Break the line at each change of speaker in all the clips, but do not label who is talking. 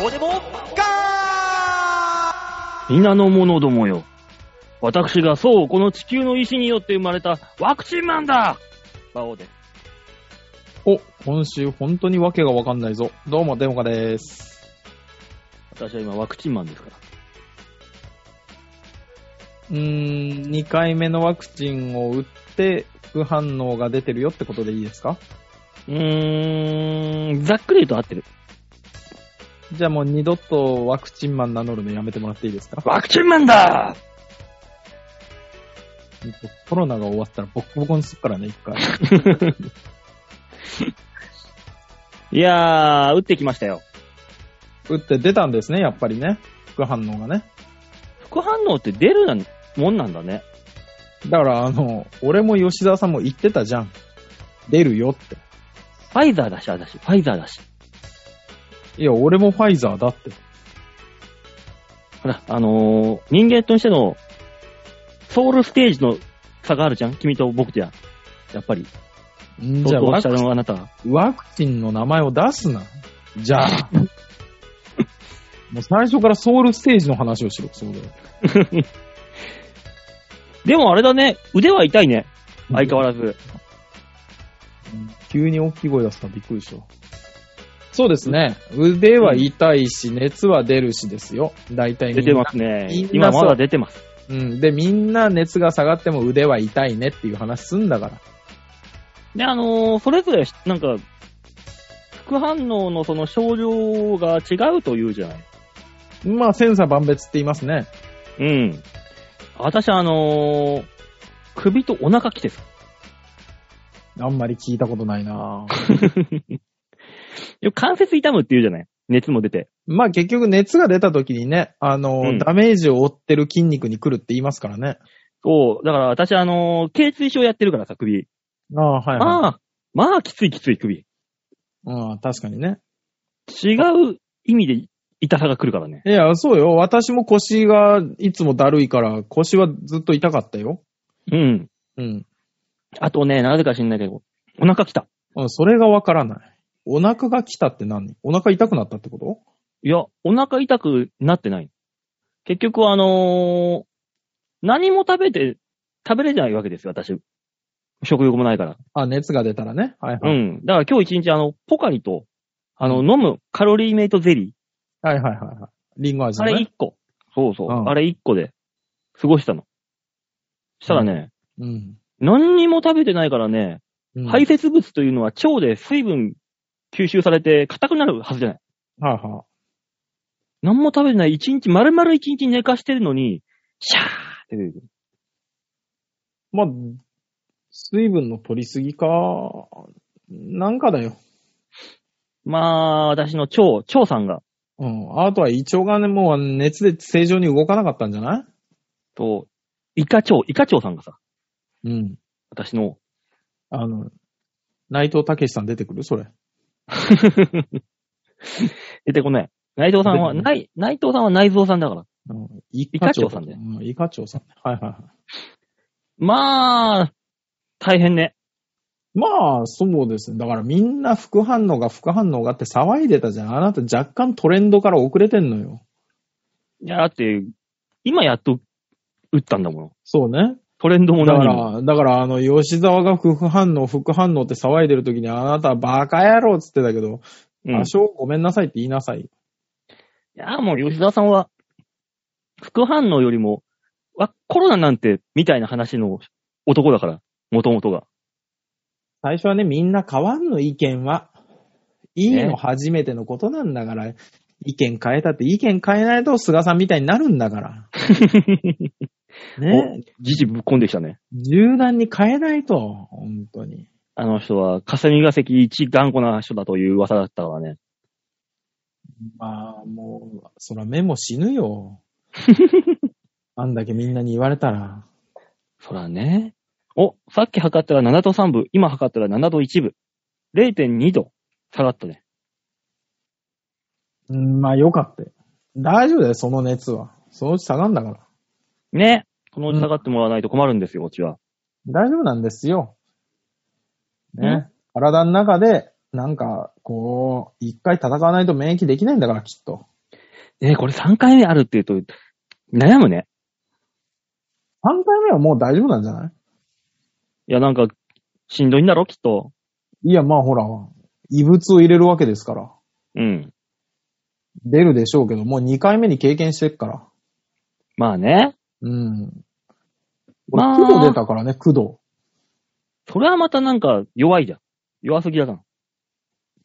どうでもガ
皆の者どもよ。私がそう、この地球の意志によって生まれたワクチンマンだ馬王です。
お、今週本当にわけがわかんないぞ。どうも、デモカでーす。
私は今ワクチンマンですから。
うーん、2回目のワクチンを打って、副反応が出てるよってことでいいですか
うーん、ざっくり言うと合ってる。
じゃあもう二度とワクチンマン名乗るのやめてもらっていいですか
ワクチンマンだ
コロナが終わったらボッコボコにすっからね、一回。
いやー、打ってきましたよ。
打って出たんですね、やっぱりね。副反応がね。
副反応って出るなもんなんだね。
だから、あの、俺も吉沢さんも言ってたじゃん。出るよって。
ファイザーだし、私。ファイザーだし。
いや、俺もファイザーだって。
ほら、あのー、人間としての、ソウルステージの差があるじゃん君と僕じゃ。やっぱり。
んじ
相
ゃあ
当
ワ
下
クチ
のあなた。
ン、ワクチンの名前を出すな。じ ゃあ。もう最初からソウルステージの話をしろ、そうだよ。
でもあれだね、腕は痛いね。相変わらず。
うん急に大きい声出すのびっくりした。そうですね。腕は痛いし、熱は出るしですよ。大体みん
出て
な
ますね
みんな。
今ま
そ
だ
う
出てます。
うん。で、みんな熱が下がっても腕は痛いねっていう話すんだから。
で、あのーそれぞれ、なんか、副反応のその症状が違うというじゃない。
まあ、千差万別って言いますね。
うん。私、あのー首とお腹きてさ。
あんまり聞いたことないなぁ
よく関節痛むって言うじゃない。熱も出て。
まあ結局熱が出た時にね、あの、
うん
ダメージを負ってる筋肉に来るって言いますからね。
そう。だから私、あのー頚椎症やってるからさ、首。
ああ、はい、はい。
まあ、まあ、きついきつい首。
うん、確かにね。
違う意味で痛さが来るからね。
いや、そうよ。私も腰がいつもだるいから、腰はずっと痛かったよ。
うん。
うん。
あとね、なぜか知んないけど、お腹きた。
うん、それがわからない。お腹が来たって何お腹痛くなったってこと
いや、お腹痛くなってない。結局、あのー何も食べて、食べれないわけですよ、私。食欲もないから。
あ、熱が出たらね。はいうはい。
ん。だから今日一日、あの、ポカリと、あの、
う
飲むカロリーメイトゼリ
はいはいはいはい。リンゴ味
ー。
の
あれ
ね。
一個。そうそう。
うん
あれ一個で、過ごしたの。したらね、
うん。
何にも食べてないからね、
うん
排。泄物というのは腸で水分吸収されて硬くなるはずじゃない。
はいは
何も食べてない。一日、丸々一日寝かしてるのに、シャーって出てくる
い。まあ、水分の取りすぎか、なんかだよ。
まあ、私の腸、腸さんが、
うん。あとは胃腸がね、もう熱で正常に動かなかったんじゃない
と、イカ腸、イカ腸さんがさ、
うん。
私の、
あの、内藤武さん出てくるそれ。
出てこない。内藤さんは、
出てこ
ない、内藤さんは内蔵さんだから。
うん。イ
イカ長さんね
うん、イカ長さんね。はいはいはい。
まあ、大変ね。
まあ、そうですね。だからみんな副反応が副反応がって騒いでたじゃん。あなた若干トレンドから遅れてんのよ。
いや、だって、今やっと打ったんだもの。
そうね。
トレンドも
だか
何も。
ら、だからあの、吉沢が副反応、副反応って騒いでる時にあなたはバカ野郎っつってたけど、
うん
多少ごめんなさいって言いなさい。
いや、もう吉沢さんは、副反応よりも、わ、コロナなんて、みたいな話の男だから、もともとが。
最初はね、みんな変わんの意見は。いい
ね
の初めてのことなんだから、意見変えたって意見変えないと菅さんみたいになるんだから。ね
じじぶっこんできたね。
柔軟に変えないと、本当に。
あの人は、霞が関一頑固な人だという噂だったからね。
まあ、もう、そら目も死ぬよ。あんだけみんなに言われたら。
そらね。お、さっき測ったら7度3分、今測ったら7度1分。0.2度下がったね。
うん、まあよかったよ。大丈夫だよ、その熱は。そのうち下がんだから。
ね。このうち下がってもらわないと困るんですよ、うちは。
大丈夫なんですよ。ね。体の中で、なんか、こう、一回戦わないと免疫できないんだから、きっと。
ね、これ3回目あるって言うと、悩むね。
3回目はもう大丈夫なんじゃない
いや、なんか、しんどいんだろ、きっと。
いや、まあほら、異物を入れるわけですから。
うん。
出るでしょうけど、もう2回目に経験してっから。
まあね。
うん。
まあ
俺、工藤出たからね、工藤。
それはまたなんか、弱いじゃん。弱すぎだな。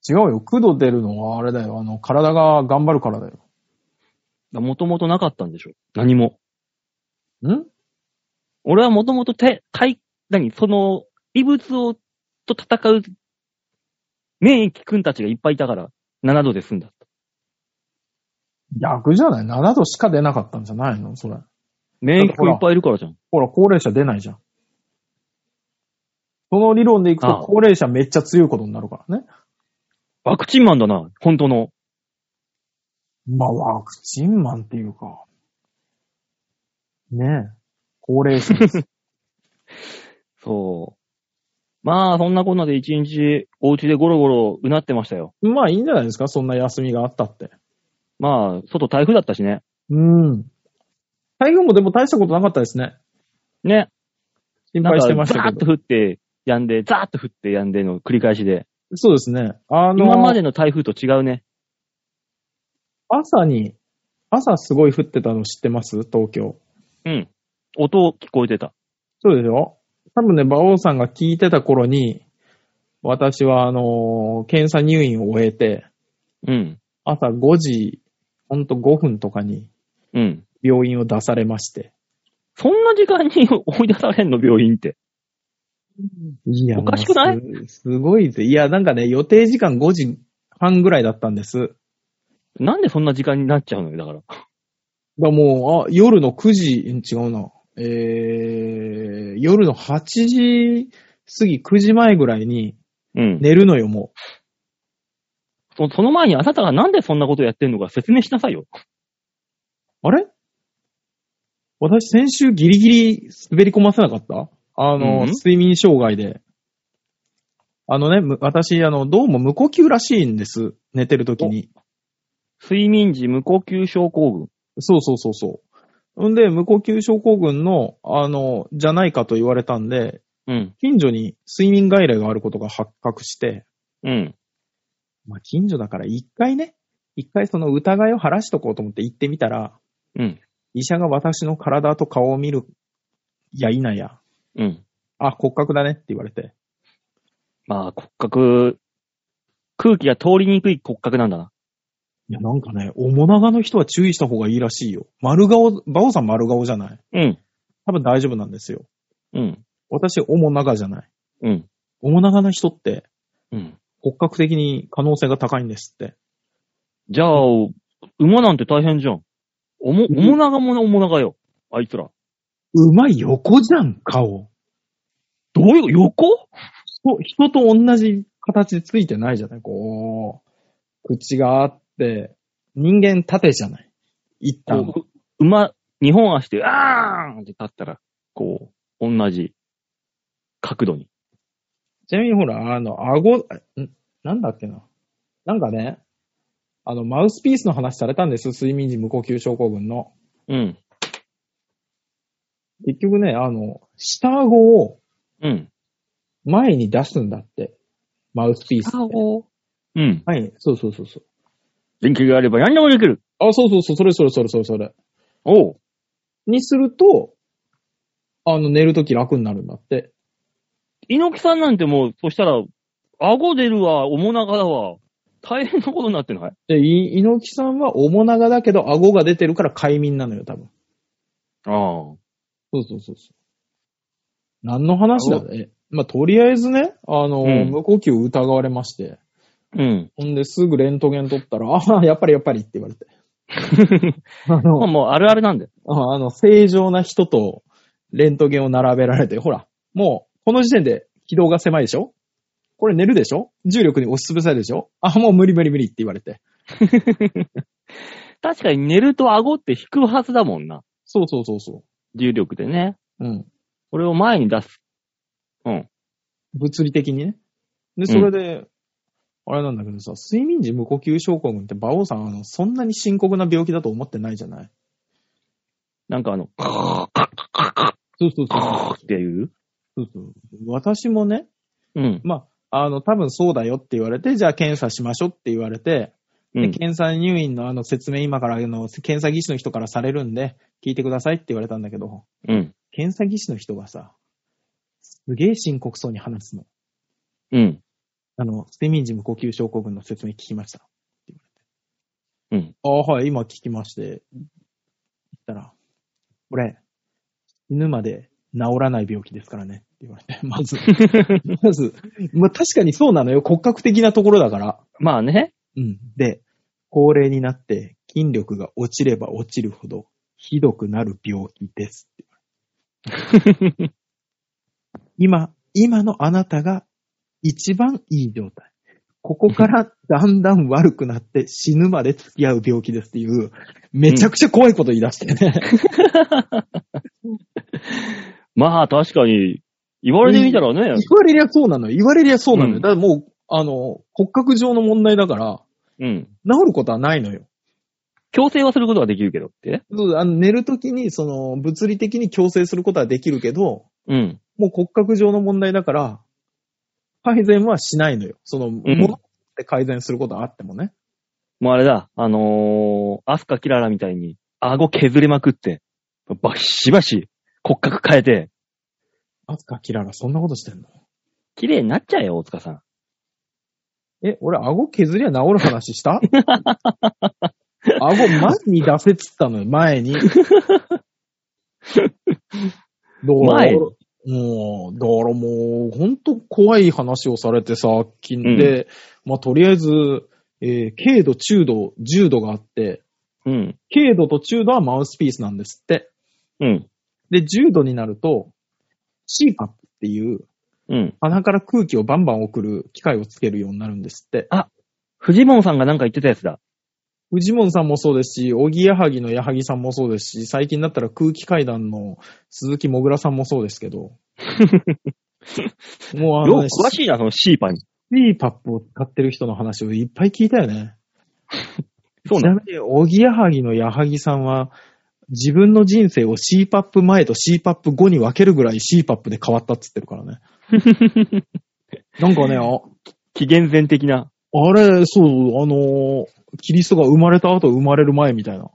違うよ、工藤出るのはあれだよ、あの、体が頑張るからだよ。
もともとなかったんでしょ。何も。
ん
俺はもともと手、体、何、その、異物を、と戦う、免疫君たちがいっぱいいたから、7度で済んだ。
逆じゃない ?7 度しか出なかったんじゃないのそれ。
免疫君いっぱいいるからじゃん。
ほら、高齢者出ないじゃん。その理論でいく
あ
と、
あ
高齢者めっちゃ強いことになるからね。
ワクチンマンだな、本当の。
まあ、ワクチンマンっていうか。ねえ。高齢 者です。
そう。まあ、そんなこんなで一日、お家でゴロゴロうなってましたよ。
まあ、いいんじゃないですかそんな休みがあったって。
まあ、外台風だったしね。
うん。台風もでも大したことなかったですね。
ね。
心配してまし
ザ
た
ー
け
ッと
ど。
降って、やんで、ザーッと降って、やんでの繰り返しで。
そうですね。あの、
今までの台風と違うね。
朝に、朝すごい降ってたの知ってます東京。
うん。音聞こえてた。
そうでしょ多分ね、馬王さんが聞いてた頃に、私はあのー検査入院を終えて、
うん。
朝5時、ほんと5分とかに
うん。
病院を出されまして。
そんな時間に 追い出されんの、病院って。
いや
おかしくない
もうすすごいぜ。いや、なんかね、予定時間5時半ぐらいだったんです。だか
なんでそんな時間になっちゃうのよ、だから。
らもう、あ、夜の9時、ん違うな。えー、夜の8時過ぎ、9時前ぐらいに
うん。
寝るのよ、も
そその前にあなたがなんでそんなことやってんのか説明しなさいよ。
う。あれ私、先週ギリギリ滑り込ませなかったあの、
うん
睡眠障害で。あのね、む私、あの、どうも無呼吸らしいんです。寝てる時に。
睡眠時無呼吸症候群。
そうそうそうそう。んで、無呼吸症候群の、あの、じゃないかと言われたんで、
うん。
近所に睡眠外来があることが発覚して、
うん。
まあ、近所だから一回ね、一回その疑いを晴らしとこうと思って行ってみたら、
うん。
医者が私の体と顔を見る、やいなや、
うん。
あ、骨格だねって言われて、
まあ、骨格、空気が通りにくい骨格なんだな。
いや、なんかね、面長の人は注意した方がいいらしいよ。丸顔、バオさん丸顔じゃない
うん。
多分大丈夫なんですよ。
うん。
私、面長じゃない。
うん。
面長な人って、
うん。
骨格的に可能性が高いんですって。
じゃあ、馬なんて大変じゃん。おも、
うん
おもながもなおもながよ。あいつら。
うまい横じゃん、顔。
どういう、横
人、人と同じ形ついてないじゃないこう、口があって、人間縦じゃない一旦。
こう、馬、二本足で、あーんって立ったら、こう、同じ角度に。
ちなみにほら、あの、顎、んなんだっけな。なんかね、あの、マウスピースの話されたんです。睡眠時無呼吸症候群の。
うん。
結局ね、あの、下顎を
うん。
前に出すんだって。マウスピースって。
うん。
はい、そうそうそうそう。
電気があれば何でもできる。
あ、そうそうそう、それそれそれそれそれ。
おう。
にすると、あの、寝るとき楽になるんだって。
猪木さんなんてもう、そしたら、顎出るわ、おもながだわ。大変なことになってない
で、い猪木さんは面長だけど、顎が出てるから快眠なのよ、多分。
ああ。
そうそうそうそう。何の話だね。まあ、とりあえずね、あの、
うん
無呼吸疑われまして。
うん。
ほんで、すぐレントゲン取ったら、ああ、やっぱりやっぱりって言われて。あ
まあ
の、
もうあるあるなんだよ。
ああの正常な人とレントゲンを並べられて、ほら、もう、この時点で軌道が狭いでしょこれ寝るでしょ重力に押しつぶされるでしょあ、もう無理無理無理って言われて。
確かに寝ると顎って引くはずだもんな。
そうそうそうそ
重力でね。
う。うん。
これを前に出す。
物理的にね。で、それで、あれなんだけどさ、睡眠時無呼吸症候群って、馬王さん、あの、そんなに深刻な病気だと思ってないじゃない
なんかあの、
そうそう
っていう。
そうそう。私もね、
うん。
まあ、あの、多分そうだよって言われて、じゃあ検査しましょうって言われて、
う
で
ん。
検査入院のあの説明今からあの、検査技師の人からされるんで、聞いてくださいって言われたんだけど、
うん。
検査技師の人がさ、すげえ深刻そうに話すの。
うん。
あの、睡眠時無呼吸症候群の説明聞きました。って
う
言われ
ん
て。ああ、はい、今聞きまして。言ったら、俺、死ぬまで治らない病気ですからね。って言われて、ま ず、まず、まあ確かにそうなのよ。骨格的なところだから。
まあね。
うん。で、高齢になって筋力が落ちれば落ちるほどひどくなる病気ですって言わ れて。今、今のあなたが一番いい状態。ここからだんだん悪くなって死ぬまで付き合う病気ですっていう、めちゃくちゃ怖いこと言い出してね。
まあ確かに、言われてみたらね、
言われりゃそうなのよ。言われりゃそうなのよ。
うん
だからもう、あの、骨格上の問題だから、
うん。
治ることはないのよ。
強制はすることはできるけどってね。
そうあの寝るときに、その、物理的に強制することはできるけど、
うん。
もう骨格上の問題だから、改善はしないのよ。その、ものって改善することはあってもね。
もうあれだ、あのー、アスカキララみたいに、顎削れまくって、バシバシ骨格変えて、
アスカキララ、そんなことしてんの
綺麗になっちゃえよ、大塚さん。
え、俺、顎削りゃ治る話した顎前に出せっつったのよ、前に。どう
前に
もう、だからもう、ほんと怖い話をされてさ、近で、まあ、とりあえず、えー軽度、中度、重度があって、
うん。
軽度と中度はマウスピースなんですって。
うん。
で、重度になると、CPAP っていう
うん。
鼻から空気をバンバン送る機械をつけるようになるんですって。
藤本さんがなんか言ってたやつだ。
藤本さんもそうですし、小木矢作の矢作さんもそうですし、最近だったら空気階段の鈴木もぐらさんもそうで すけど。もうあ
よ
の、
う
ね、
詳しいな、そのシーパに。
CPAP を使ってる人の話をいっぱい聞いたよね。
そう
ち
な
な
の
みに、小木矢作の矢作さんは、自分の人生を CPAP 前と CPAP 後に分けるぐらい CPAP で変わったっつってるか らね。なんかね、あ
紀元前的な。
あれ、そう、あのーキリストが生まれた後生まれる前みたいな。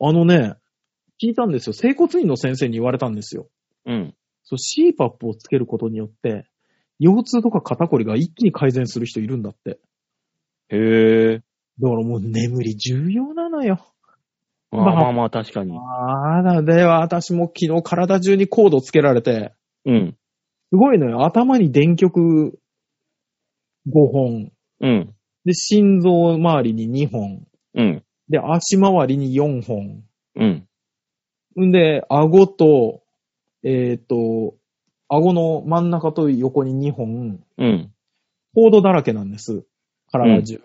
あのね、聞いたんですよ。整骨院の先生に言われたんですよ。
うん。
そう、CPAP をつけることによって、腰痛とか肩こりが一気に改善する人いるんだって。
へえ。
だからもう眠り重要なのよ。
まあまあまあ、確かに。
ああ、だでは私も昨日体中にコードつけられて、
うん。
すごいのよ。頭に電極5本。
うん。
で、心臓周りに2本。
うん。
で、足周りに4本。
うん。
んで、顎と、えーっ、と、顎の真ん中と横に2本、
うん。
コードだらけなんです。体中。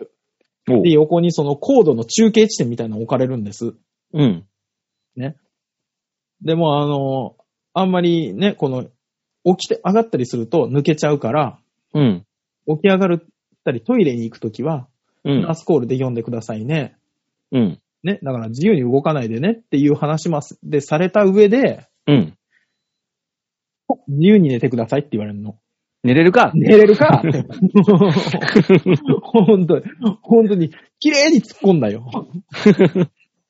おう
で、横にそのコードの中継地点みたいなの置かれるんです。
うん。
でも、あの、あんまりね、この、起きて、上がったりすると抜けちゃうから、
うん。
起き上がったりトイレに行くときは、
う
ナー
ん。
スコールで読んでくださいね。
うん。
ね、だから自由に動かないでねっていう話もすでされた上で、
うん。
自由に寝てくださいって言われるの。
寝れるか
寝れ るか本当に、本当に、綺麗に突っ込んだよ。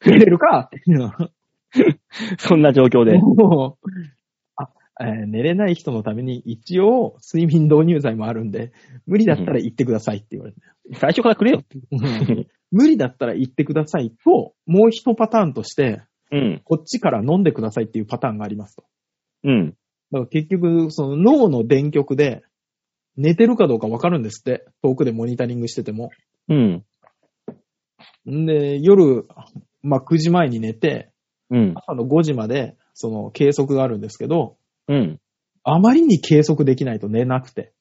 寝れるか
そんな状況で。
もうあえー寝れない人のために一応睡眠導入剤もあるんで、無理だったら行ってくださいって言われて。
最初からくれよ。
無理だったら行ってくださいと、もう一パターンとして、
うん。
こっちから飲んでくださいっていうパターンがありますと。
うん。
だから結局、その脳の電極で、寝てるかどうかわかるんですって。遠くでモニタリングしてても。
うん。
んで、夜、まあ、9時前に寝て、
うん。
朝の5時まで、その、計測があるんですけど、
うん。
あまりに計測できないと寝なくて、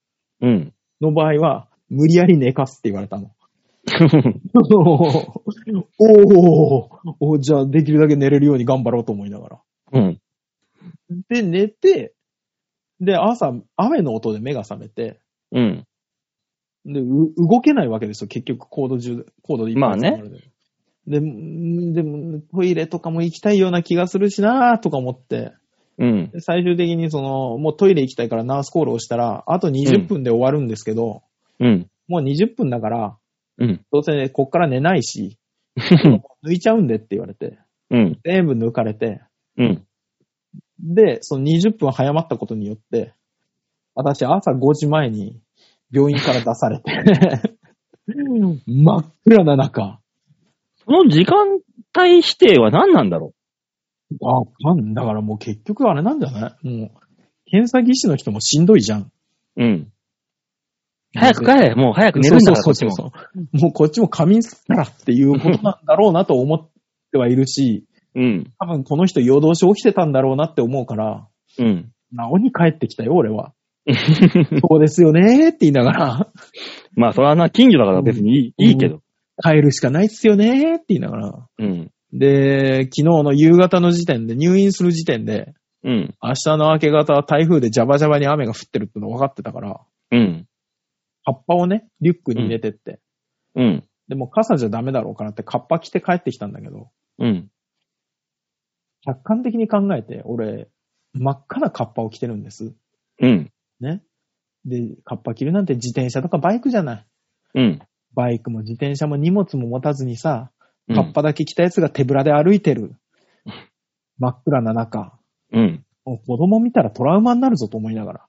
うん。
の場合は、無理やり寝かすって言われたの。 おーおーじゃあできるだけ寝れるように頑張ろうと思いながら。
うん。
で、寝て、で、朝、雨の音で目が覚めて、
うん。
で、う動けないわけですよ、結局、コード中、コードで一
まあね
本になるで。で、んでも、トイレとかも行きたいような気がするしなーとか思って、
うん。
で最終的にその、もうトイレ行きたいからナースコールをしたら、あと20分で終わるんですけど、
うん。
もう20分だから、
うん。
どうせね、こっから寝ないし、抜いちゃうんでって言われて、
うん。
全部抜かれて、
うん。
で、その20分早まったことによって、私朝5時前に病院から出されて、 真っ暗な中、
その時間帯指定は何なんだろ
わかん、だからもう結局あれなんじゃないもう、検査技師の人もしんどいじゃん。
ううん。早く帰れ。もう早く寝るんだから、
そうそうそうそう。もうこっちも仮眠すっからっていうことなんだろうなと思ってはいるし、
う。うん。
多分この人夜通し起きてたんだろうなって思うから、
うん。
なおに帰ってきたよ、俺 は。そうですよねーって言いながら、
まあ、それはな、近所だから別にいい、
うん
いいけど。
帰るしかないっすよねーって言いながら。
うん。
で、昨日の夕方の時点で、入院する時点で、
うん。
明日の明け方は台風でジャバジャバに雨が降ってるっての分かってたから、
うん。
カッパをね、リュックに入れてって、
うん。
でも傘じゃダメだろうからってカッパ着て帰ってきたんだけど、
うん。
客観的に考えて、俺、真っ赤なカッパを着てるんです。
うん。
ね。で、カッパ着るなんて自転車とかバイクじゃない。
うん。
バイクも自転車も荷物も持たずにさ、
うん
カッパだけ着たやつが手ぶらで歩い てる。真っ暗な中。
うん。
もう子供見たらトラウマになるぞと思いながら。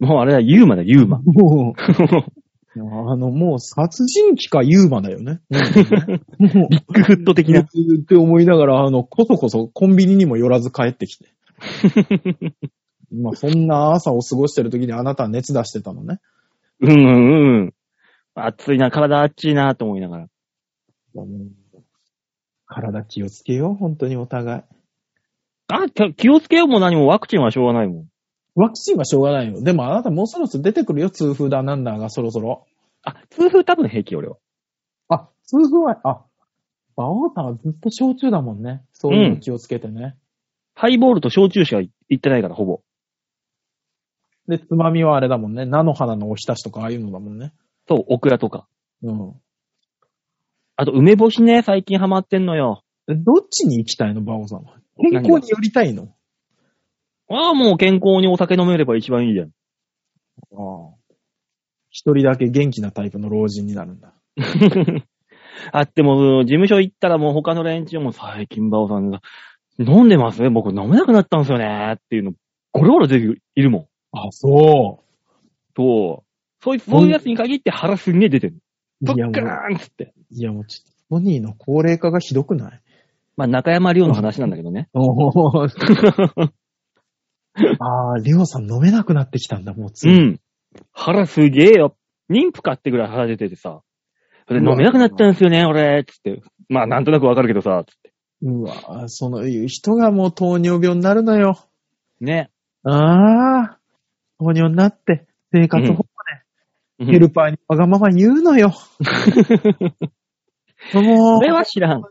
もうあれはユーマだ、ユーマ。
もう、あの、もう殺人鬼かユーマだよ ね。もう、
ビッグフット的な。
って思いながら、あの、こそこそコンビニにも寄らず帰って きて。まあ、そんな朝を過ごしてる時にあなたは熱出してたのね。
うんうんうん。暑いな、体あっちいな、と思いながら。
体気をつけよう、本当にお互い。
あ、き気をつけようも何もワクチンはしょうがないもん。
ワクチンはしょうがないよ。でもあなたもうそろそろ出てくるよ、痛風だなんだが、そろそろ。
あ、痛風多分平気、俺は。
あ、痛風は、あ、バオータはずっと焼酎だもんね。そういうの気をつけてね。
ハイボールと焼酎しかい行ってないから、ほぼ。
で、つまみはあれだもんね。菜の花のおひたしとかああいうのだもんね。
そう、オクラとか。
うん。
あと、梅干しね、最近ハマってんのよ。
えどっちに行きたいの、バオさんは。健康に寄りたいの。
ああ、もう健康にお酒飲めれば一番いいじゃん。
ああ。一人だけ元気なタイプの老人になるんだ。
あっても、事務所行ったらもう他の連中も最近バオさんが、飲んでますね。僕飲めなくなったんですよね。っていうの、ゴロゴロ出てくるいるもん。
あ、そ
そう。そういう、そういうやつに限って腹すんげえ出てる。
う
ブ
い
ッ
やも
カ
う、
ーンっつって。
いやもうちょっと、ポニーの高齢化がひどくない
まあ、中山亮の話なんだけどね。
おお。 ああ、りょうさん飲めなくなってきたんだ、もうつ
う
い。
ん。腹すげえよ。妊婦かってぐらい腹出ててさ。それで飲めなくなったんですよね、俺。つって。まあ、なんとなくわかるけどさ。つって
うわ、その人がもう糖尿病になるのよ。
ね。
ああ、糖尿になって、生活保護
う
で、ヘ
ん
ルパーにわがまま言うのよ。も
そうれは知らん。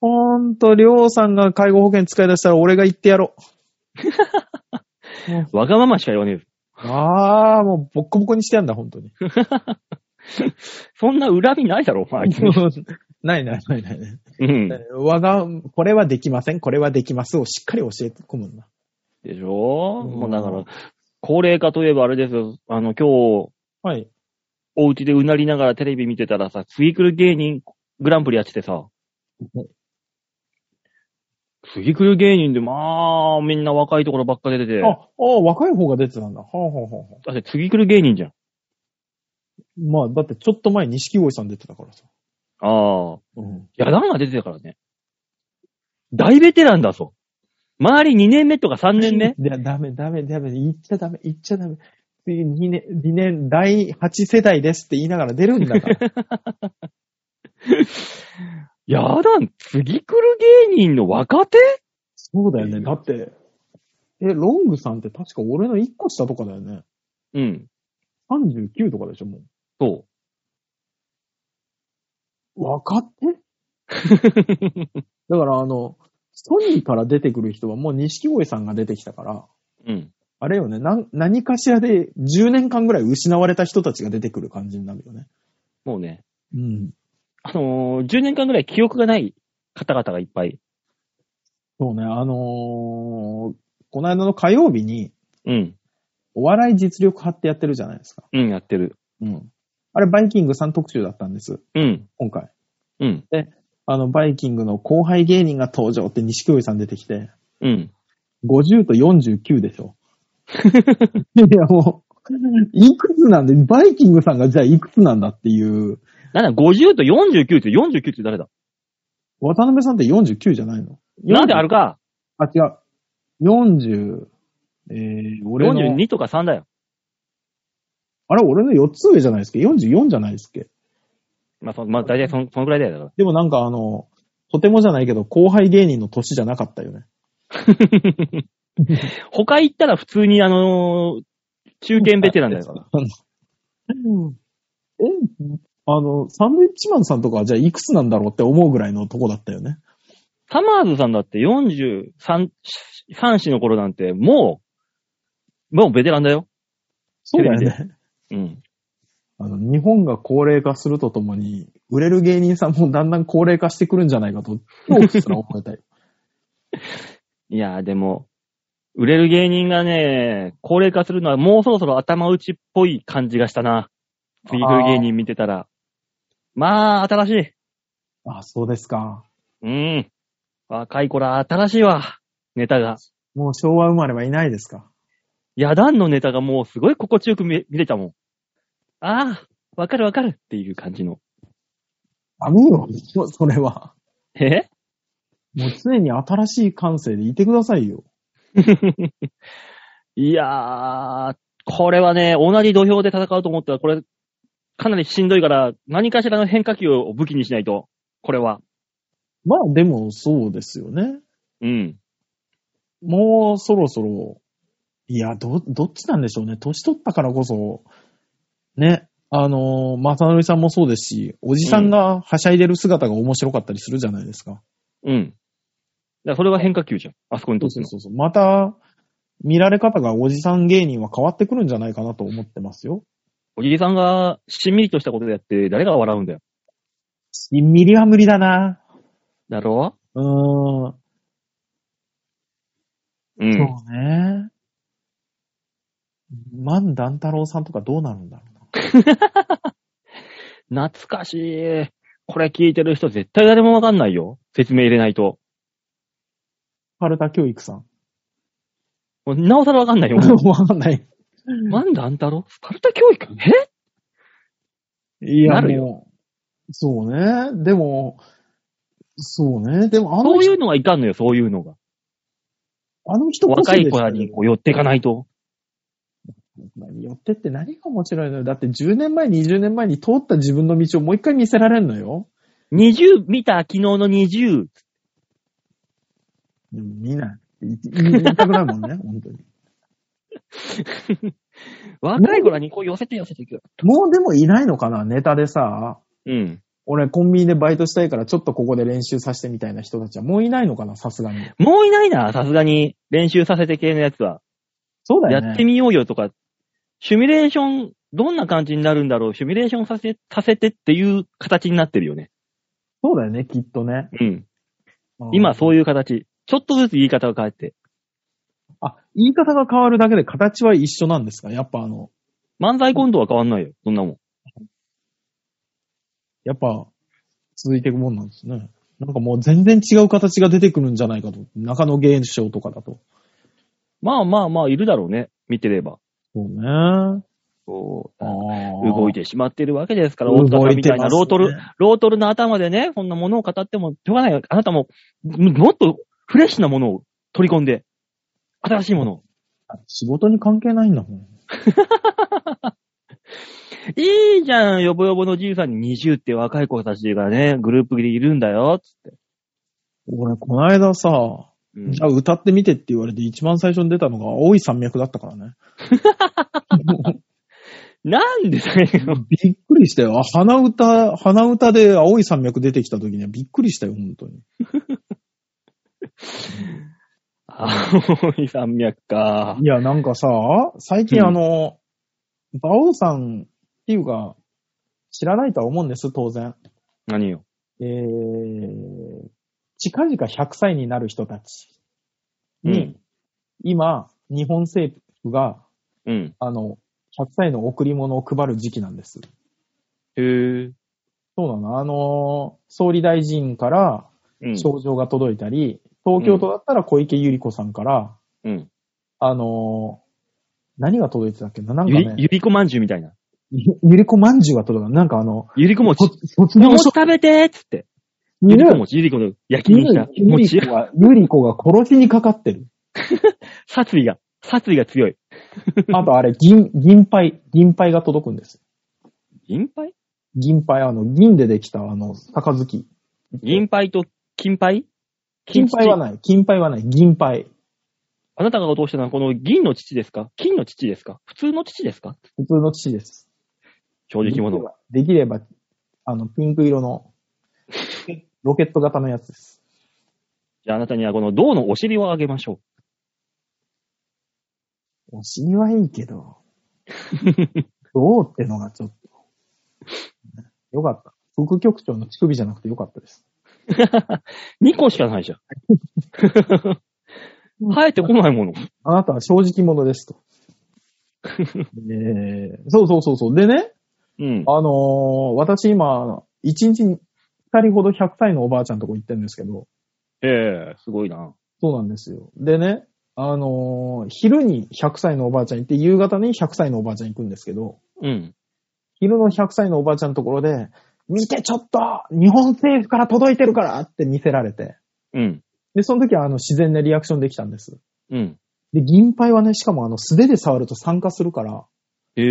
ほんと、りょうさんが介護保険使い出したら俺が言ってやろう。
わがまましか言わねえぞ。
ああ、もうボッコボコにしてやんだ、ほん とに。
そんな恨みないだろ、お前。あいつに
ないないないないない。
うん。
わが、これはできません、これはできますをしっかり教え込むんだ。
でしょ
うん
もうだから、高齢化といえばあれですよ。あの、今日、
はい。
お家でうなりながらテレビ見てたらさ、ツイクル芸人グランプリやっててさ
はい、
ツイクル芸人で、まあ、みんな若いところばっか出てて、
あ、ああ、若い方が出てたんだ。はあ、はあはあはあ
だってツイクル芸人じゃん。
まあ、だってちょっと前、錦鯉さん出てたからさ。
ああ。
うん。
やだんが出てたからね。大ベテランだぞ。周り2年目とか3年目
いや、ダメ、ダメ、ダメ、言っちゃダメ、言っちゃダメ。次、2年、2年、第8世代ですって言いながら出るんだ から。
やだん、ツギクル芸人の若手
そうだよね。だって、え、ロングさんって確か俺の1個下とかだよね。
うん。
39とかでしょ、もう。
そう。
若手だからあの、ソニーから出てくる人はもう錦鯉さんが出てきたから、
うん。
あれよね、なん、何かしらで10年間ぐらい失われた人たちが出てくる感じになるよね。
もうね、
うん。
あのー10年間ぐらい記憶がない方々がいっぱい。
そうね、あのーこの間の火曜日に、
うん。
お笑い実力派ってやってるじゃないですか。
うん、やってる。
うん。あれ、バイキングさん特集だったんです、
うん。
今回。
うん。
あの、バイキングの後輩芸人が登場って錦鯉さん出てきて、
うん。
50と49で しょ。いや、もう、いくつなんで、バイキングさんがじゃあいくつなんだっていう、
なんだ、50と49って49って誰だ
渡辺さんって49じゃないの
なんであるか
あ、違う。40、えー、俺の、
?42 とか3だよ。
あれ、俺の4つ上じゃないですか ?44 じゃないですっけ
まあ、そまあ、大体そのそのぐらいだよ。だか
でもなんかあの、とてもじゃないけど、後輩芸人の年じゃなかったよね。
ら他行ったら普通に、あのー中堅ベテランだよ。
あのえ、あの、サンドイッチマンさんとかはじゃあいくつなんだろうって思うぐらいのとこだったよね。
サマーズさんだって43、3子の頃なんて、もう、もうベテランだよ。
そうだよね。
うん。
あの、日本が高齢化するとともに、売れる芸人さんもだんだん高齢化してくるんじゃないかと、恐怖すら思えたよ。
いやー、でも、売れる芸人がね、高齢化するのはもうそろそろ頭打ちっぽい感じがしたな。次来る芸人見てたら。まあ、新しい。
あ、そうですか。
うん。若い頃は新しいわ。ネタが。
もう昭和生まれはいないですか。
野団のネタがもうすごい心地よく見見れたもん。ああ、わかるわかるっていう感じの。
ダメよ、もうそれは。
え
もう常に新しい感性でいてくださいよ。
いやー、これはね、同じ土俵で戦うと思ったら、これ、かなりしんどいから、何かしらの変化球を武器にしないと。これは。
まあでもそうですよね。
うん。
もうそろそろ、いや、ど、どっちなんでしょうね。年取ったからこそ、ね、あのー、まさのりさんもそうですし、おじさんがはしゃいでる姿が面白かったりするじゃないですか。
うん。だからそれは変化球じゃん。あそこにとっての。
そうそう。また、見られ方がおじさん芸人は変わってくるんじゃないかなと思ってますよ。
おじいさんがしんみりとしたことでやって、誰が笑うんだよ。
ミリは無理だな。
だろ
うーん。
うん。
そうね。万段太郎さんとかどうなるんだろうな。
懐かしい。これ聞いてる人絶対誰もわかんないよ。説明入れないと。
カルタ教育さん。
もうなおさらわかんない よ。
わかんない。
マンダンタロスパルタ教育え
い
な
や、
るよ
もう、そうね。でも、そうね。でも、あ
そ
の
うい
人、
うのはいかんのよ、そういうのが。
あの人こそ
若い
です
子
よ
らにこう寄っていかないと。
寄ってって何が面白いのよ。だって10年前、20年前に通った自分の道をもう一回見せられるのよ。
20、見た昨日の20。
でも見ない。い言いたくないもん ね、本当に。
若い子らにこう寄せて寄せていく。
もうでもいないのかな、ネタでさ。
うん。
俺、コンビニでバイトしたいから、ちょっとここで練習させてみたいな人たちは、もういないのかな、さすがに。
もういないな、さすがに。練習させて系のやつは。
そうだよね。
やってみようよとか、シミュレーション、どんな感じになるんだろう、シミュレーションさせ、させてっていう形になってるよね。
そうだよね、きっとね。
うん。今そう
いう。
いう形。ちょっとずつ言い方を変えて。
あ、言い方が変わるだけで形は一緒なんですかやっぱあの、
漫才コントは変わんないよ、そんなもん。
やっぱ、続いていくもんなんですね。なんかもう全然違う形が出てくるんじゃないかと。中野芸賞とかだと。
まあまあまあ、いるだろうね、見てれば。
そうね。
そう。動
動
い。てしまってるわけですから、大塚
動
さん
い
み
て
たい
ま
な
す、ね、
ロートル、ロートルの頭でね、こんなものを語っても、しょうがないよ。あなたも、ももっとフレッシュなものを取り込んで、新しいものを。
仕事に関係ないんだもん。
いいじゃん、よぼよぼのじいさんに20って若い子たちがね、グループでいるんだよ、つって。
俺、この間さ、
うん
じゃあ歌ってみてって言われて一番最初に出たのが青い山脈だったか らね。
なんでだよ。
びっくりしたよ。あ鼻歌、鼻歌で青い山脈出てきた時にはびっくりしたよ、本当に。
青い山脈か
い。や、なんかさ、最近
うん
あの、馬王さんっていうか、知らないとは思うんです、当然。
何よ。
えー、近々100歳になる人たちに、
うん
今、日本政府が、
うん。
あの、100歳の贈り物を配る時期なんです。
へぇ
そうなのあの、総理大臣から
うん。
賞状が届いたり、東京都だったら小池百合子さんから、
うん。
あの、何が届いてたっけななんか
ゆり
ね、、
ゆりこまんじゅうみたいな。
ゆゆりこまんじゅうが届いた。なんかあの、
ゆりこ餅。
卒卒
も
業
う
書、
食べてーっつって。ゆ
ゆ
り
り
こ餅、ゆりこの焼きにした
ゆり
餅。
子が、ゆり子が殺しにかかっ てる。
殺意が、殺意が強い。
あとあれ、銀、銀杯、銀杯が届くんです。
銀杯
銀杯、あの、銀でできた、あの、杯。
銀杯と金杯
金杯は
ない。
ない、金杯はない、銀杯。
あなたが通したのはこの銀の父ですか金の父ですか普通の父ですか
普通の父です。
正直
できれ
者。
ばできれば、あの、ピンク色の、ロケット型のやつです。
じゃああなたにはこの銅のお尻をあげま しょ
お尻はいいけど、どうってのがちょっと。よかった。副局長の乳首じゃなくてよかったです。
う。2個しかないじゃん。生えてこないもの。
あなたは正直者ですと。えーそうそうそうそう。でね、
うん。
あのー私今、一日に二人ほど100歳のおばあちゃんとこ行ってるんですけど、
ええすごいな。
そうなんですよ。でね、あのー昼に100歳のおばあちゃん行って、夕方に100歳のおばあちゃん行くんですけど、
うん。
昼の100歳のおばあちゃんのところで、見てちょっと日本政府から届いてるからって見せられて。
うん。
で、その時はあの自然なリアクションできたんです。
うん。
で、銀杯はね、しかもあの素手で触ると酸化するから。
え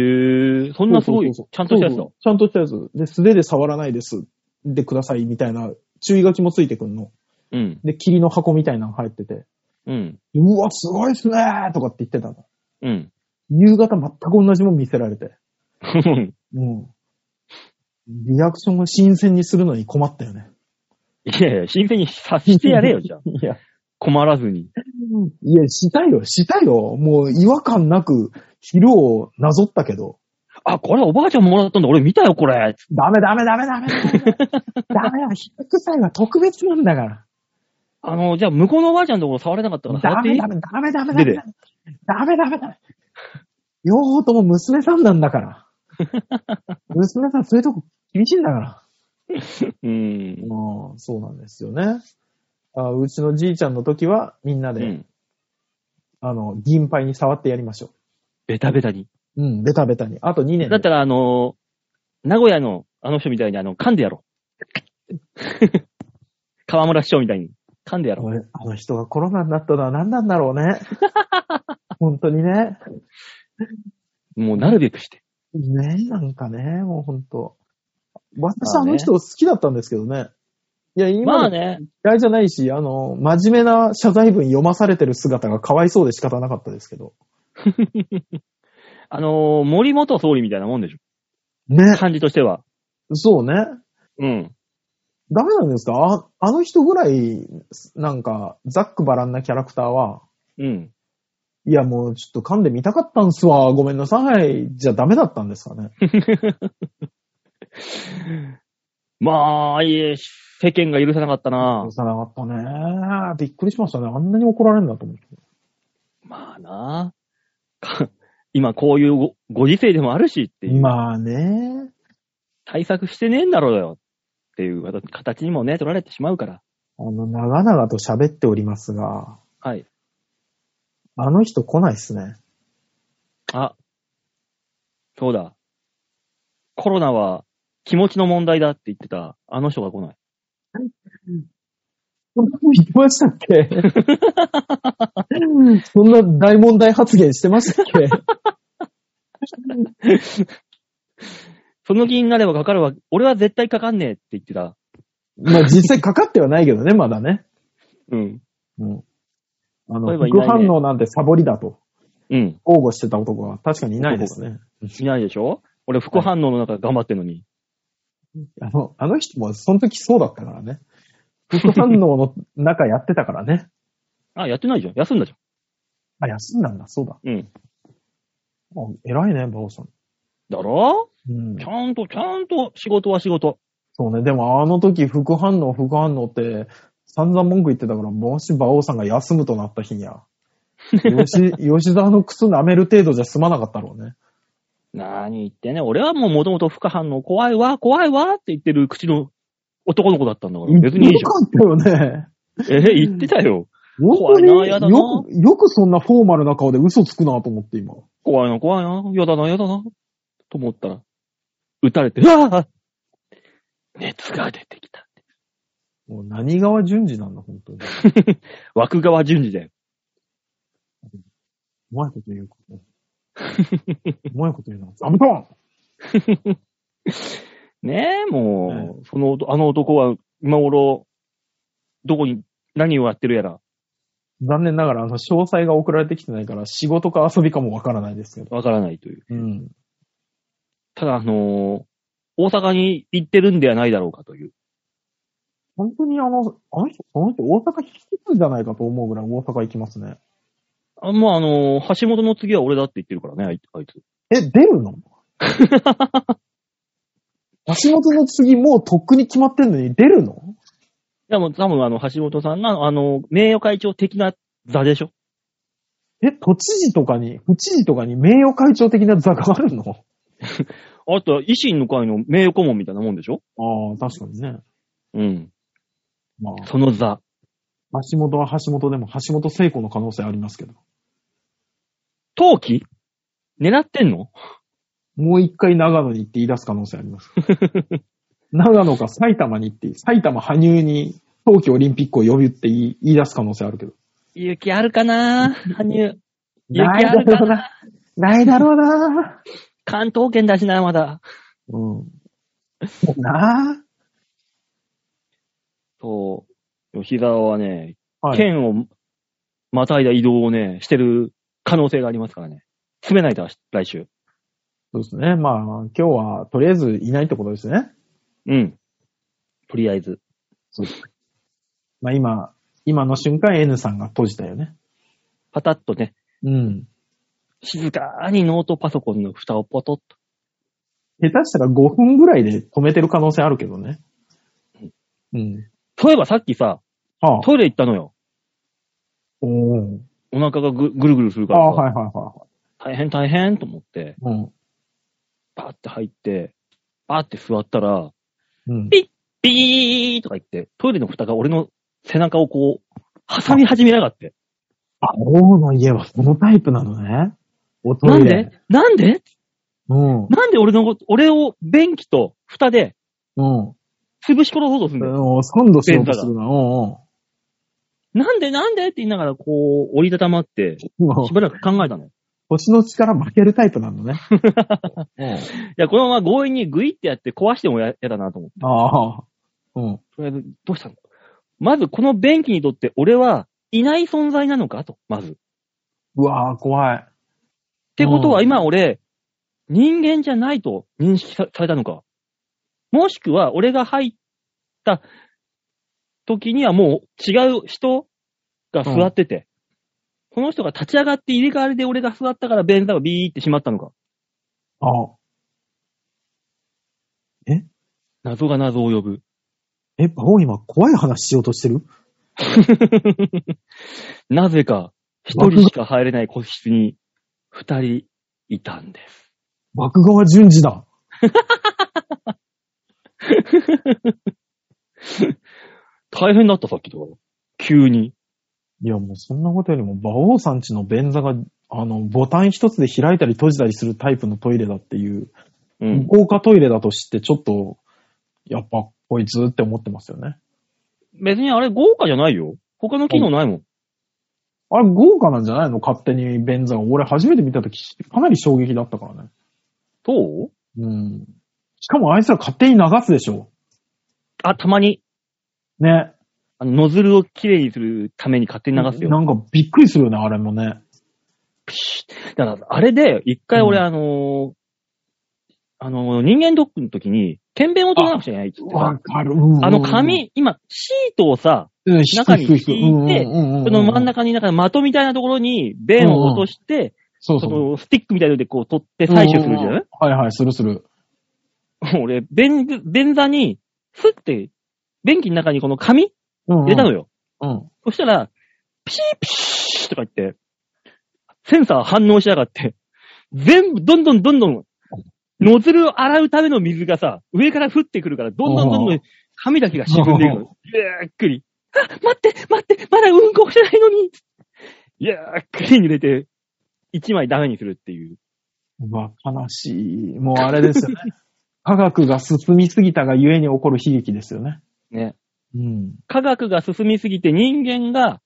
えそんなすごい、ち
そう
ゃ
そ
んと
うそう
したやつだ
そう。そうちゃんとしたやつ。で、素手で触らないです。で、くださいみたいな注意書きもついてくんの。
うん。
で、霧の箱みたいなの入ってて。
うん。
うわ、すごいっすねーとかって言ってたの。
うん。
夕方全く同じもん見せられて。うん。リアクションを新鮮にするのに困ったよね。
いやいや、新鮮に察してやれよ、じゃあ。
いや、
困らずに。
いや、したいよ、したいよ。もう違和感なく昼をなぞったけど。
あ、これおばあちゃんもらったんだ。俺見たよ、これ。
ダメダメダメ ダメダメ。ダメだ、100歳は特別なんだから。
あの、じゃあ、向こうのおばあちゃんのところ触れなかったから触
ダ
ってい
メ
い
ダメダメダメダメダ
出
メ
て
ダメダメダメ。両方とも娘さんなんだ から。娘さんそういうとこ厳しいんだから。
うん。
うん、そうなんですよね。あうちのじいちゃんの時はみんな
う
で、
ん。
あの、銀杯に触ってやりましょ
ベタベタに。
う。うん、ベタベタに。あと2年
だったら、あの、名古屋のあの人みたいに、あの、噛んでやろう。 河村市長みたいに、噛んでやろう。
俺あの人がコロナになったのは何なんだろう ね。本当にね。
もう、なるべくして。
ねなんかね、もう本当。私、
まあ
あ
ね
の人好きだったんですけどね。いや、
ま
今
あ
の
ね、
嫌いじゃないし、あの、真面目な謝罪文読まされてる姿がかわいそうで仕方なかったですけど。
あの、森元総理みたいなもんでしょ。
ね。
感じとしては。
そうね。
うん。
ダメなんですかああの人ぐらい、なんか、ざっくばらんなキャラクターは、
うん。
いや、もうちょっと噛んでみたかったんすわ。ごめんなさい。じゃダメだったんですかね。
まあ、いえ、世間が許さなかったな
許。さなかったね。びっくりしましたね。あんなに怒られるんだと思って。
まあな。か今、こういうごご時世でもあるしっていう。
まあね。
対策してねえんだろうよ。っていう形にもね、取られてしまうから。
あの、長々と喋っておりますが、
はい。
あの人来ないっすね。
あ。そうだ。コロナは気持ちの問題だって言ってた、あの人が来ない。
そんなこと言ってましたっけそんな大問題発言してましたっ け
その気になればかかるわ。俺は絶対かかんねえって言ってた。
まあ実際かかってはないけどね、まだね。
うん。
うん。
そ
あ
ういえ
の、
ばい
副
ないね
反応なんてサボりだと、
うん。
豪語してた男は確かにいないですね。
いないでしょ俺、副反応の中頑張ってんのに。
あの、あ の人もその時そうだったからね。副反応の中やってたからね。
あ、やってないじゃん。休んだじ
あ、休んだんだ、そうだ。
ゃん。うん。
あ偉いね、バオさん。
だろ
うん
ち。ゃんと、ちゃんと仕事は仕事。
そうね、でもあの時副反応、副反応って散々文句言ってたから、もし馬王さんが休むとなった日に は、吉吉沢の靴舐める程度じゃ済まなかったろうね。
なーに言ってね、俺はもう元々副反応怖いわ、怖いわって言ってる口の男の子だったんだから、別にいいじ
よかったよね。
ゃん。え、言ってたよ。
本当に
怖いなやだな
よく、よくそんなフォーマルな顔で嘘つくなと思って今。
怖いな、怖いな、やだな、やだな、と思ったら、撃たれて、うわぁ熱が出てきた。
もう何川順次なんだ、本当に。
枠川順次だよ。
うまいこと言う こと。うまいこと言うな。ザブトン
ねえ、もう、その、あの男は、今頃、どこに、何をやってるやら、
残念ながら、あの、詳細が送られてきてないから、仕事か遊びかもわからないですけど。
わからないという。
うん。
ただ、あのー大阪に行ってるんではないだろうかという。
本当にあの、あの人、その人大阪引き継ぐんじゃないかと思うぐらい大阪行きますね。
あもうあのー橋本の次は俺だって言ってるからね、あいあいつ。
え、出る の橋本の次もうとっくに決まってんのに出るの
いや、もう多分あの、橋本さんが、あの、名誉会長的な座でしょ
え、都知事とかに、府知事とかに名誉会長的な座があるの
あとは維新の会の名誉顧問みたいなもんでしょ
ああ、確かにね。
うん。
まあ、
その座。
橋本は橋本でも橋本聖子の可能性ありますけど。
陶器狙ってんの
もう一回長野に行って言い出す可能性あり ます。長野か埼玉に行って、埼玉羽生に冬季オリンピックを呼びって言い言い出す可能性あるけど。
勇気あるかな羽生。勇気あるか な
ないだろうな。
関東圏だしな、まだ。
うん。な
そう。吉沢はね、
あ。はい。
県をまたいだ移動をね、してる可能性がありますからね。詰めないと、来週。
そうですね。まあ、今日はとりあえずいないってことですね。
うん。とりあえず。
まあ今、今の瞬間 N さんが閉じたよね。
パタッとね、
うん。
静かにノートパソコンの蓋をポトッと。
下手したら5分ぐらいで止めてる可能性あるけどね。うん。
そういえばさっきさ、
はあ。
トイレ行ったのよ。
おー
お腹がぐぐるぐるする
あ
からさ
あ、はいはいは
大変大変と思って、
いはい。
バーって入って、バーって座ったら、
うん。うん。
ビーとか言って、トイレの蓋が俺の背中をこう、挟み始めやがって。
あ、王の家はそのタイプなのね。おト
な
イ
ん
レ。
でなんで
うん。
なんで俺のこと、俺を便器と蓋で
うん。
潰し殺そうとするんだよ。
うん。サンドしようとするな。うん
なんでなんでって言いながらこう、折りたたまって、し
うんうん。
ばらく考えたの。い
星の力負けるタイプなのね。
や、このまま強引にグイってやって壊してもややだなと思って。
ああ。うん。
とりあえず、どうしたのまずこの便器にとって俺はいない存在なのかと、まず。っ
うわぁ、怖い。
てこと
う
は
ん
今俺、人間じゃないと認識さされたのか。もしくは俺が入った時にはもう違う人が座ってて、この人が立ち上がって入れ替わりで俺が座ったから便座がビーってしまったのか。
ああ。
謎が謎を呼ぶ。
え、バオ今、怖い話しようとしてる
なぜか一人しか入れない個室に二人いたんです。
爆川順次だ。
大変だったさっきとか。急に。
いや、もうそんなことよりも、馬王さんちの便座が、あの、ボタン一つで開いたり閉じたりするタイプのトイレだっていう、
うん。
豪華トイレだと知って、ちょっと、やっぱ、こいつって思ってますよね。
別にあれ豪華じゃないよ。他の機能ないもん。
あれ、豪華なんじゃないの勝手に便座が。俺、初めて見たとき、かなり衝撃だったからね。
どう
うん。しかも、あいつら勝手に流すでしょ。
あ、たまに、
ね。
あの、ノズルをきれいにするために勝手に流すよ。
なんか、びっくりするよね、あれもね。
ピシッだから、あれで、一回俺、
うん
あのーあのー人間ドックの時に、検便を取らなくちゃいけないって言ってさ
わかる。うん
あの紙、今、シートをさ、
うん
中に引いて
そ
その真ん、中になんか的みたいなところに弁を落として、
そう
そ
そう。
のスティックみたいなのでこう取って採取するじゃない
はいはい、するする。
俺、便、便座に、スって、便器の中にこの紙
入
入れたのよ。
うん。
そしたら、ピーピーとか言って、センサー反応しやがって、全部、どんどんどんどん、ノズルを洗うための水がさ、上から降ってくるから、どんどんどんど
うん
髪だけが沈んでいく
う
の
ん。
ゆっくり。あ、待って、待って、まだうんこしてないのに。ゆっくり濡れて、一枚ダメにするっていう。
うわ、悲しい。もうあれですよね。 科学が進みすぎたがゆえに起こる悲劇ですよね。
ね。
うん。
科学が進みすぎて人間が、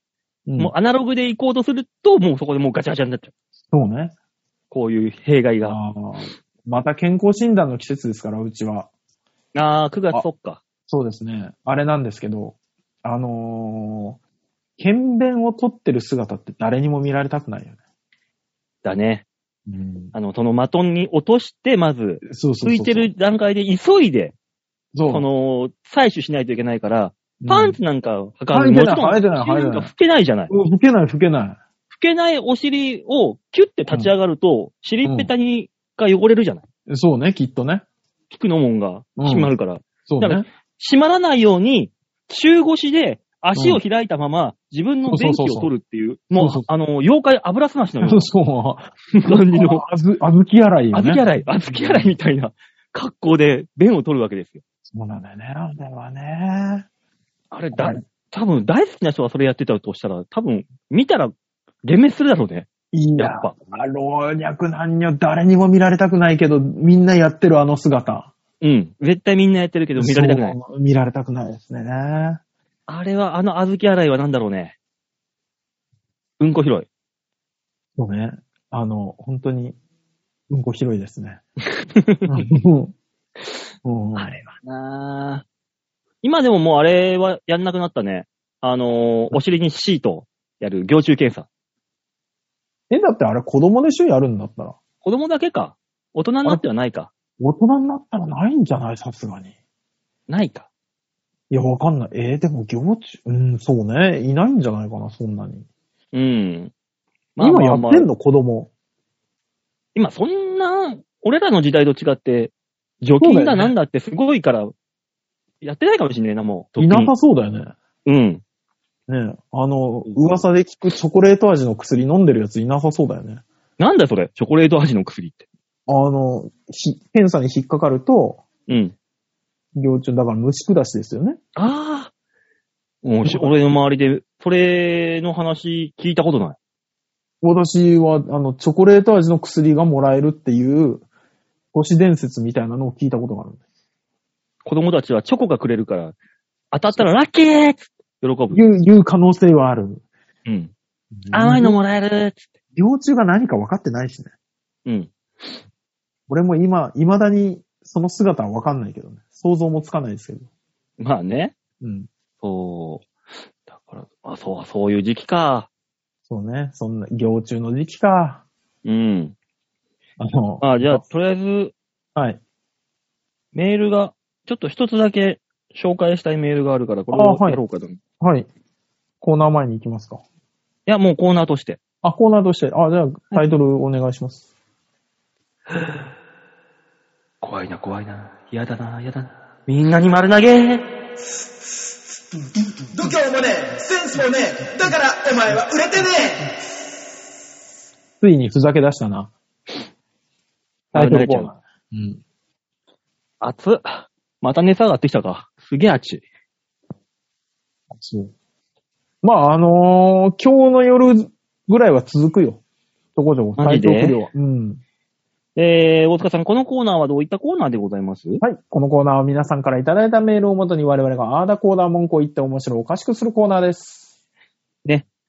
うん
もうアナログで行こうとすると、もうそこでもうガチャガチャになっちゃう。
そうね。
こういう弊害が。
ああまた健康診断の季節ですから、うちは。
ああー、9月
あ
そっか。
そうですね。あれなんですけど、あのー、検便を取ってる姿って誰にも見られたくないよね。
だね。
うん。
あの、そのマトンに落として、まず、
そうそうそうそう。
ついてる段階で急いで、
そう、
その、採取しないといけないから、
うん
パンツなんか履かも
履いてない
ちろん、
履いてない
口
履いてない
んか拭けないじゃない。
うん吹けない吹けない。
拭けないお尻をキュッて立ち上がると、尻っぺたにが汚れるじゃない。
そうね、きっとね。
菊の門が閉まるから。
そう
だ
ね。
閉まらないように、中腰で足を開いたまま、自分の電気を取るっていう、
うそうそう
もう
そうそう、
あの、妖怪油すましのよう
そう
な
そう。
感じの、
あず、あずき洗いよ
あず
ね。
き洗い、あずき洗いみたいな格好で便を取るわけですよ。
そうなんだよね、あれはね。
あれ、
は
だ
い、
多分大好きな人がそれやってたとしたら、多分見たら、幻滅するだろうね。
いい
やっ
な。
ぱ。
あ老若男女、誰にも見られたくないけど、みんなやってるあの姿。
うん。絶対みんなやってるけど見られたくない。
そう。見られたくないですね。
あれは、あの小豆洗いは何だろうね。うんこ拾い。
そうね。あの、本当に、うんこ広いで すね。うんうん
あれはなぁ。今でももうあれはやんなくなったね。あのー、お尻にシートやる行中検査。
え、だってあれ子供でしょやるんだったら。
子供だけか。大人になってはないか。
大人になったらないんじゃないさすがに。
ないか。
いや、わかんない。えーでも行中、うん、そうね。いないんじゃないかな、そんなに。
うん。
今やってんの子供。
今そんな、俺らの時代と違って、除菌
そう
だ
だよね
なんだってすごいから、やってないかもしんねえな、もう。
いなさそうだよね。
うん。
ねえあの、噂で聞くチョコレート味の薬飲んでるやついなさそうだよね。
なんだよそれ、チョコレート味の薬って。
あの、ひ、検査に引っかかると、
うん。
行中、だから虫下しですよね。
ああ。もうし俺の周りで、それの話聞いたことない。
私は、あの、チョコレート味の薬がもらえるっていう、都市伝説みたいなのを聞いたことがあるんです。
子供たちはチョコがくれるから、当たったらラッキーっつって喜ぶ。
いう、いう可能性はある。
うん。甘いのもらえるっつって。
幼虫が何か分かってないしね。
うん。
俺も今、未だにその姿は分かんないけどね。想像もつかないですけど。
まあね。
うん。
そう。だから、あ、そう、そういう時期か。
そうね。そんな、幼虫の時期か。
うん。
あの、
あ、じゃあ、とりあえず、
はい。
メールが、ちょっと一つだけ紹介したいメールがあるから、これ
あは
を
い
やろうかと思う。い、
はい。コーナー前に行きますか。
や、もうコーナーとして。
あ、コーナーとして。あ、じゃあ、タイトルお願いします。
怖いな、怖いな。嫌だな、嫌だな。みんなに丸投げ
度胸もねえセンスもねえだからお前は売れてねえ
ついにふざけ出したな。タイトルコーナー
あ。
うん。
熱っ。また熱上がってきたか。すげえ熱い。
そう。まあ、あのー今日の夜ぐらいは続くよ。そこそこ、
マジ
体
で
調不良は。うん。
えー、大塚さん、このコーナーはどういったコーナーでございます
はい。このコーナーは皆さんからいただいたメールをもとに我々があーだコーナー文句を言って面白おかしくするコーナーです。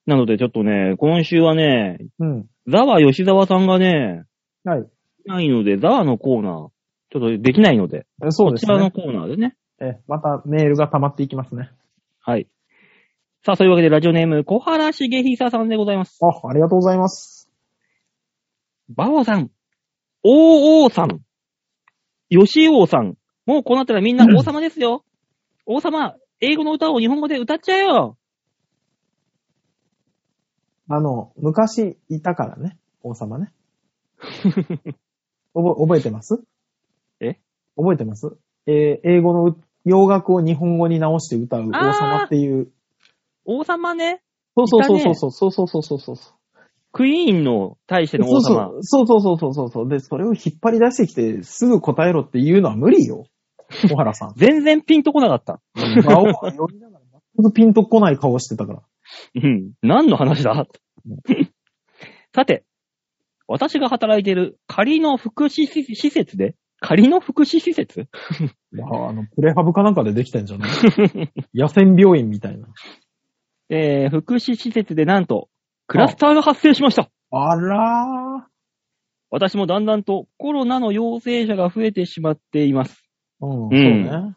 なので、ちょっとね、今週はね、
うん。
ザワ吉沢さんがね、
はい。
ないので、ザワのコーナー、ちょっとできないので、
えそう
こ
です
ちらの
ね。
コーナーでね。
えまたメールが溜まっていきますね。
はい。さあ、そういうわけで、ラジオネーム、小原茂久さんでございます。
あ、ありがとうございます。
バオさん、オーオーさん、ヨシオーさん、もうこうなったらみんな王様ですよ。王様、英語の歌を日本語で歌っちゃえよ。
あの、昔いたからね、王様ね。覚覚えてます
え
覚えてますえー英語のう洋楽を日本語に直して歌う王様っていう。
王様ね、
そうそうそう
いたね
そうそうそうそうそうそうそう。
クイーンの対しての
そ
王
う
様。。
そうそうそうそうそうそう。で、それを引っ張り出してきて、すぐ答えろっていうのは無理よ。小原さん
全然ピンとこなかった。
青が読みながら全くピンとこない顔してたから。
うん。何の話だ さて、私が働いている仮の福祉施施設で、仮の福祉施設
まあ、あの、プレハブかなんかでできてんじゃない野戦病院みたいな。
えー、福祉施設でなんと、クラスターが発生しました。
あら
私もだんだんとコロナの陽性者が増えてしまっています。
ー。うん、
ん
そうね。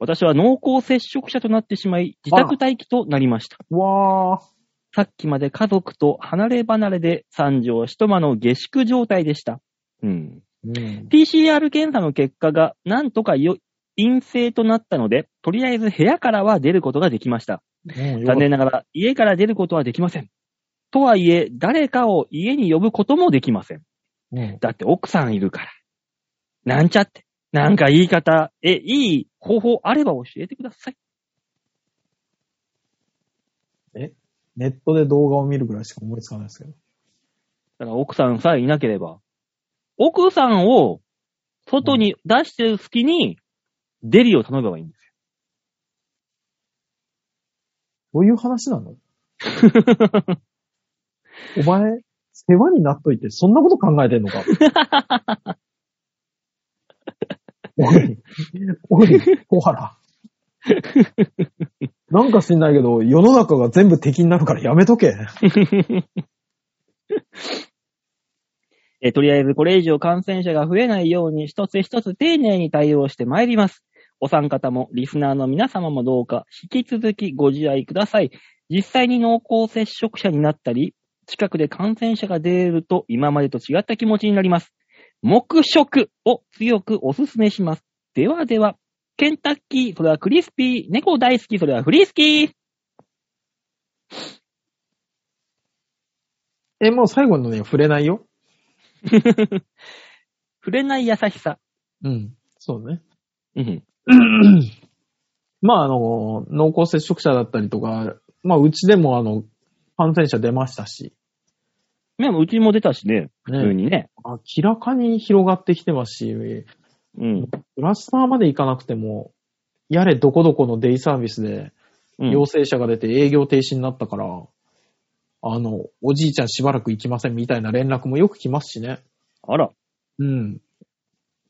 私は濃厚接触者となってしまい、自宅待機となりました。
わー。
さっきまで家族と離れ離れで三条一間の下宿状態でした。うん。
うん。
PCR 検査の結果がなんとかよ陰性となったので、とりあえず部屋からは出ることができました。残
残
念ながら家から出ることはできません。とはいえ、誰かを家に呼ぶこともできません。
うん。
だって奥さんいるから。なんちゃって。なんか言い方、え、いい方法あれば教えてください。
ネットで動画を見るぐらいしか思いつかないですけど。
だから奥さんさえいなければ。奥さんを外に出してる隙にデリを頼めばいいんです。
どういう話な のお前、世話になっといて、そんなこと考えてんのかおい、おい、小 原。なんか知んないけど、世の中が全部敵になるからやめとけ。
えーとりあえずこれ以上感染者が増えないように一つ一つ丁寧に対応してまいります。お三方もリスナーの皆様もどうか引き続きご自愛ください。実際に濃厚接触者になったり、近くで感染者が出ると今までと違った気持ちになります。黙食を強くお勧めします。ではでは、ケンタッキー、それはクリスピー、猫大好き、それはフリスキー。
え、もう最後のね、触れないよ。
触れない優しさ。
うん。そうね。
うん。
まあ、あの、濃厚接触者だったりとか、まあ、うちでも、あの、感染者出ましたし、
でもうちも出たしね、普通
ね、
にね。
明らかに広がってきてますし、
うん。
クラスターまで行かなくても、やれどこどこのデイサービスで
うん
陽性者が出て営業停止になったから、あの、おじいちゃんしばらく行きませんみたいな連絡もよく来ますしね。
あら。
うん。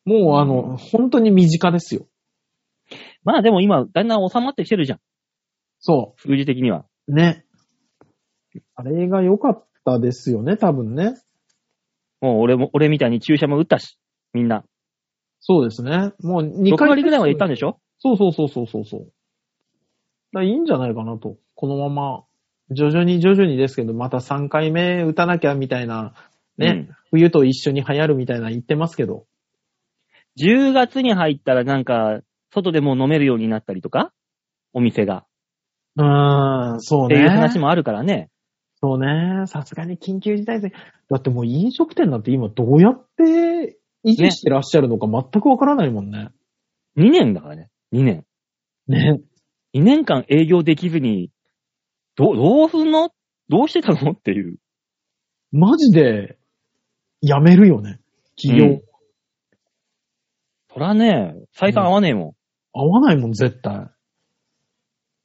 もうあの、本当に身近ですよ。
まあでも今、だんだん収まってきてるじゃん。
そ
数字的には。
う。ね。あれが良かったですよね、多分ね。
もう俺も、俺みたいに注射も打ったし、みんな。
そうですね。もう2
6
回。
割ぐらいまでいったんでしょ
そうそうそうそうそうそう。だからいいんじゃないかなと。このまま、徐々に徐々にですけど、また3回目打たなきゃみたいな、ね、冬と一緒に流行るみたいな言ってますけど。
うん。10月に入ったらなんか、外でもう飲めるようになったりとかお店が。
うーん、そう
って
ね。
いう話もあるからね。
そうね。さすがに緊急事態宣だってもう飲食店なんて今どうやって維持してらっしゃるのか全くわからないもんね。
2年だからね。2年。
ね。
2年間営業できずに、ど、どうすんのどうしてたのっていう。
マジで、やめるよね。企業、
うんそらね、採算合わねえもん。
合わないもん、絶対。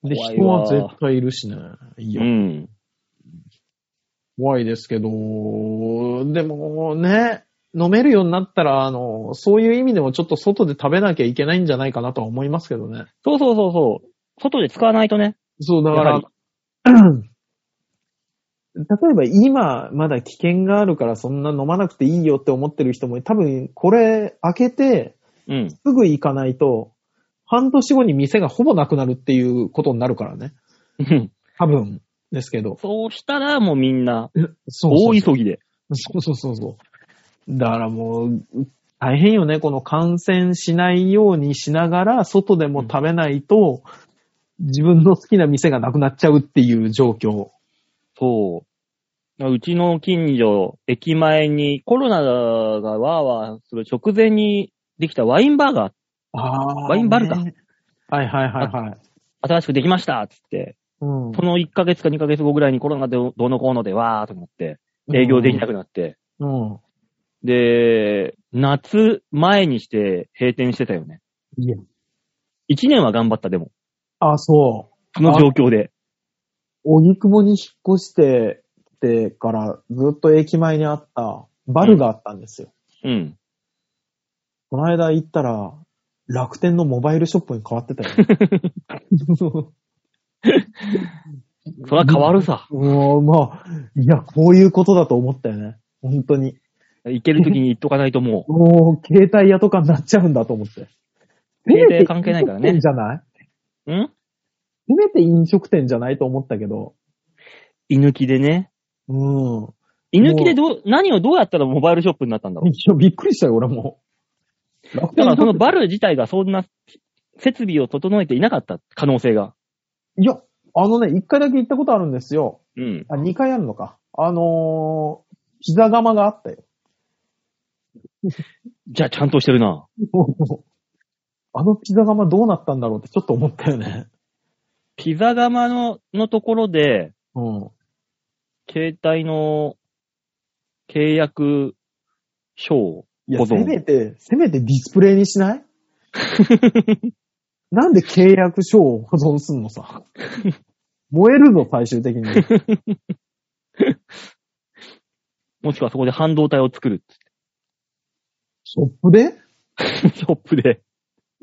で、
怖い
人
わ
は絶対いるしね。いや、
うん。
怖いですけど、でもね、飲めるようになったら、あの、そういう意味でもちょっと外で食べなきゃいけないんじゃないかなとは思いますけどね。
そうそうそうそう。外で使わないとね。
そう、だ
や
か
は
ら
り、。
例えば今、まだ危険があるからそんな飲まなくていいよって思ってる人も、多分これ開けて
うん。
すぐ行かないと、半年後に店がほぼなくなるっていうことになるからね。
うん
多分ですけど。
そうしたらもうみんな、
そうそうそう
大急ぎで。
そうそうそうそう。だからもう、大変よね。この感染しないようにしながら、外でも食べないと、自分の好きな店がなくなっちゃうっていう状況。
そう。うちの近所、駅前にコロナがわーわーする直前にできたワインバーが
あ
ワインバルカ
ねはいはいはいはい。
新しくできましたっつって、
うん
その1ヶ月か2ヶ月後ぐらいにコロナでどうのこうのでわーと思って、営業できなくなって、
うん。
で、夏前にして閉店してたよね。
いや。
1年は頑張ったでも、
あ、そう。
その状況で。
荻窪に引っ越してきてからずっと駅前にあったバルがあったんですよ。
うん。
この間行ったら楽天のモバイルショップに変わってた よ。
それは変わるさ。
もう、まあ、いや、こういうことだと思ったよね。本当に。
行ける時に行っとかないともう。
もう、携帯屋とかになっちゃうんだと思って。
携帯屋関係ないからね
せめて飲食
ん
店じゃないせめて飲食店じゃないと思ったけど。
居抜きでね。
うん。
居抜きでどう、何をどうやったらモバイルショップになったんだろう。
いや、びっくりしたよ、俺も。楽
だ
天
からその
い
バル自体がそんな設備を整えていなかった可能性が。
や、あのね、一回だけ行ったことあるんですよ。
うん。
あ、二回あるのか。あのー、膝釜があっ たよ。
じゃあちゃんとしてるな。
あのピザ窯どうなったんだろうってちょっと思ったよね。
ピザ窯の、のところで、
うん。
携帯の契約書を
い
保
や、せ
存
めて、せめてディスプレイにしない なんで契約書を保存すんのさ。燃えるぞ、最終的に。
もしくはそこで半導体を作る
ショップで
ってショップで。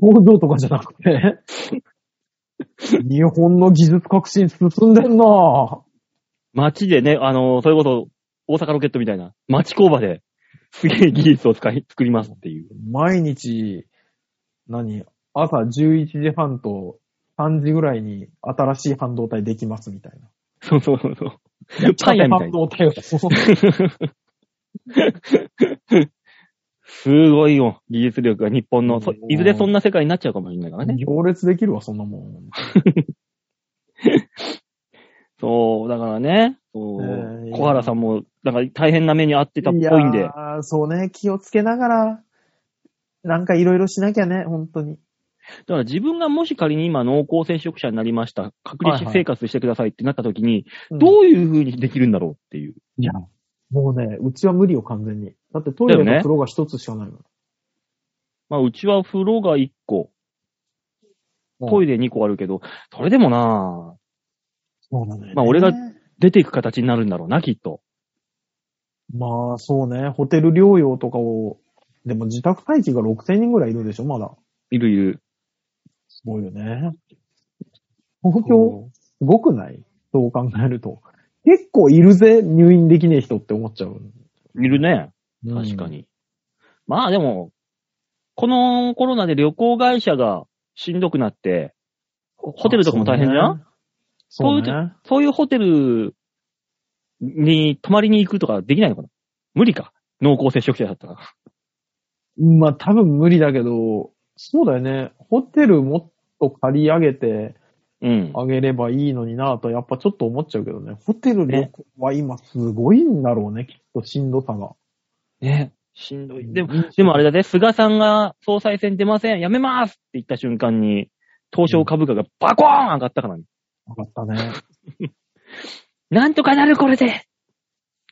工場とかじゃなくて日本の技術革新進んでんなぁ。
街でね、あの、それこそ大阪ロケットみたいな、町工場で、すげえ技術を使い、作りますっていう。
毎日、何朝11時半と3時ぐらいに新しい半導体できますみたいな。
そうそうそうそう。パン屋みたいな。
半導体を。
すごいよ、技術力が日本の。そいずれそんな世界になっちゃうかもしれないからね。
行列できるわ、そんなもん。
そう、だからね、そう
えー
小原さんも、なんか大変な目に遭ってたっぽいんで、
やーそうね、気をつけながら、なんかいろいろしなきゃね、本当に。
だから自分がもし仮に今濃厚接触者になりました、隔離
はいはい
生活してくださいってなった時に、
うん
どういう風にできるんだろうっていう。
いや、もうね、うちは無理よ、完全に。だってトイレ
だよ
の
ね
風呂が一つしかないもん。
まあ、うちは風呂が1個、トイレ2個あるけど、それでもなぁ
そうなんだよね
まあ俺が出ていく形になるんだろうな、きっと。
まあそうね、ホテル療養とかを、でも自宅待機が6000人ぐらいいるでしょ、まだ。
いるいる。
すごいよね。東京、すごくないそう考えると。結構いるぜ、入院できねえ人って思っちゃう。
いるね。確かに。まあでも、このコロナで旅行会社がしんどくなって、ホテルとかも大変じゃん
そ
こうい
うね
う
そ
と
うね。
そういうホテルに泊まりに行くとかできないのかな無理か。濃厚接触者だったら。
まあ多分無理だけど、そうだよね。ホテルもっと借り上げて
うん。
あげればいいのになぁと、やっぱちょっと思っちゃうけどね。ホテル旅行は今すごいんだろうね、きっとしんどさが。
ね。しんどい。でも、
も
でもあれだね、菅さんが総裁選出ません、やめますって言った瞬間に、東証株価がバコーン上がったからね。
わかったね。
なんとかなるこれで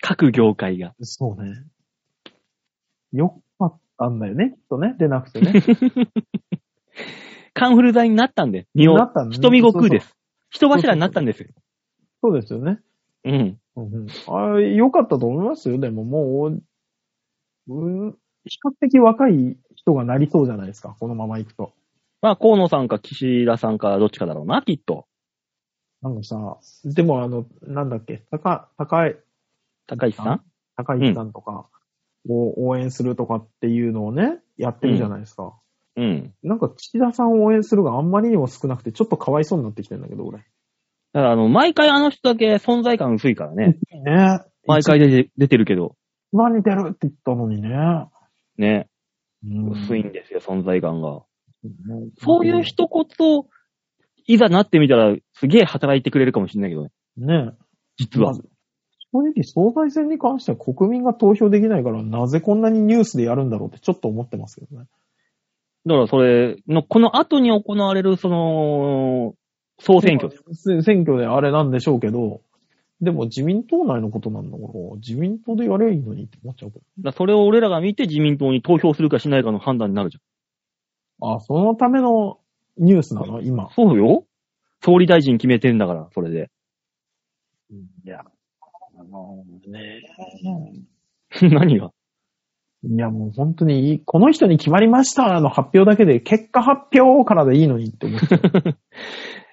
各業界が。
そうね。よかったんだよね、きっとね。出なくて ね。
カンフル剤になったんで、身を
なったんだね
瞳悟空です。人柱になったんですよ。
そうですよね。
うん。
うんうんあれ、良かったと思いますよ。でももう、うん、比較的若い人がなりそうじゃないですか。このまま行くと。
まあ、河野さんか岸田さんかどっちかだろうな、きっと。
なんかさ、でもあの、なんだっけ、高、高い、
高市さん
高市さんとかを応援するとかっていうのをね、やってるじゃないですか。
うん。
なんか岸田さんを応援するがあんまりにも少なくて、ちょっとかわいそうになってきてんだけど、俺。
だから、あの、毎回あの人だけ存在感薄いからね。
ね。
毎回出て出てるけど。
一番似てるって言ったのにね。
ね。
うん
薄いんですよ、存在感が。
ね
そういう人こそ、いざなってみたら、すげえ働いてくれるかもしれないけどね。
ね。
実は。
まず正直、総裁選に関しては国民が投票できないから、なぜこんなにニュースでやるんだろうってちょっと思ってますけどね。
だからそれの、この後に行われる、その、総選挙です。
す。選挙であれなんでしょうけど、でも自民党内のことなんだから、自民党でやればいいのにって思っちゃうけど。
だからそれを俺らが見て自民党に投票するかしないかの判断になるじ
あ、そのためのニュースなの今
ゃん。。そうよ総理大臣決めてんだから、それで。
いや。ね
何が
いや、もう本当にいい、この人に決まりましたの発表だけで、結果発表からでいいのにって思っちゃう。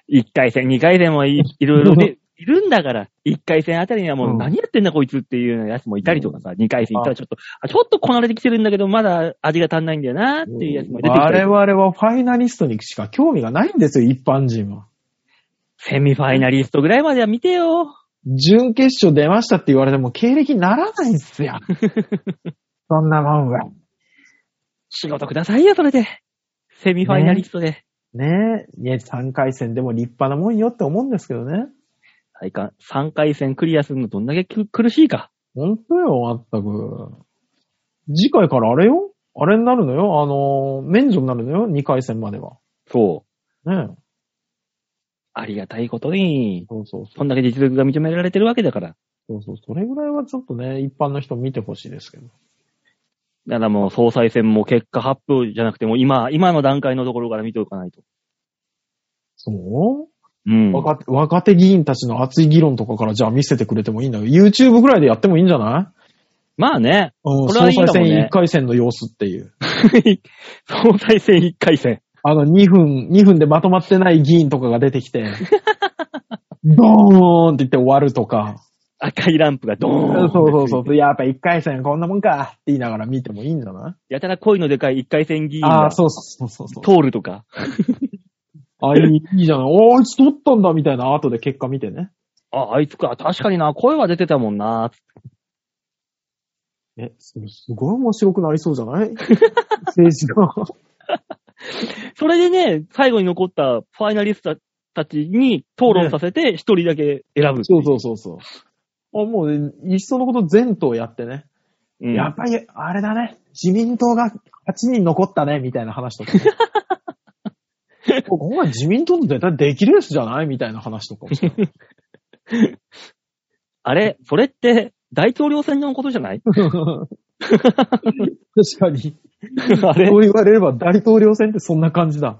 一回戦、二回戦もいいろいろ で、いるんだから、一回戦あたりにはも
う
うん何やってんだこいつっていうようなやつもいたりとかさ、二回戦行ったらちょっと、あちょっとこなれてきてるんだけど、まだ味が足んないんだよなって いうやつも出てきた
我
り
々はファイナリストにしか興味がないんですよ、一般人は。
セミファイナリストぐらいまでは見てよ。
準決勝出ましたって言われても経歴ならないんす よ。そんなもんは。
仕事くださいよ、それで。セミファイナリストで。
ねえ、いや3回戦でも立派なもんよって思うんですけどね。
はいか、3回戦クリアするのどんだけ苦苦しいか。
ほんとよ、まったく。次回からあれよあれになるのよあのー、免除になるのよ ?2 回戦までは。
そう。
ねえ。
ありがたいことに、
そうそうそ
そ。
うん
だけ実力が認められてるわけだから。
そうそう。それぐらいはちょっとね、一般の人見てほしいですけど。
だからもう総裁選も結果発表じゃなくてもう今、今の段階のところから見ておかないと。
そ
う
う
ん。
若手若手議員たちの熱い議論とかからじゃあ見せてくれてもいいんだけど、YouTube ぐらいでやってもいいんじゃない
まあね。
うん、
こ
総
れはい
裁
いかもね
選1回戦の様子っていう。
総裁選1回戦。
あの、2分、2分でまとまってない議員とかが出て きて、ドーンって言って終わるとか。
赤いランプがドー
そう
ン。
そうそうそう。やっぱ1回戦こんなもんかって言いながら見てもいいんじゃない
やたら恋のでかい1回戦議員
ああ
が
ー、そうそうそうそうそう。
通るとか。
あ、いい、いいじゃない。おーあいつ取ったんだみたいな後で結果見てね。
あ、あいつか。確かにな。声は出てたもんな。
え、すすごい面白くなりそうじゃない政治が。
それでね、最後に残ったファイナリストたちに討論させて、一人だけ選ぶ。
そうそうそうそう。あもう、ね、いっそのこと全党やってね。
うん。
やっぱり、あれだね。自民党が8人残ったね、みたいな話とか、ね。ここは自民党の絶対できるやつじゃないみたいな話とかもして。
あれそれって、大統領選のことじゃない
確かに。
あれ
そう言われれば大統領選ってそんな感じだ。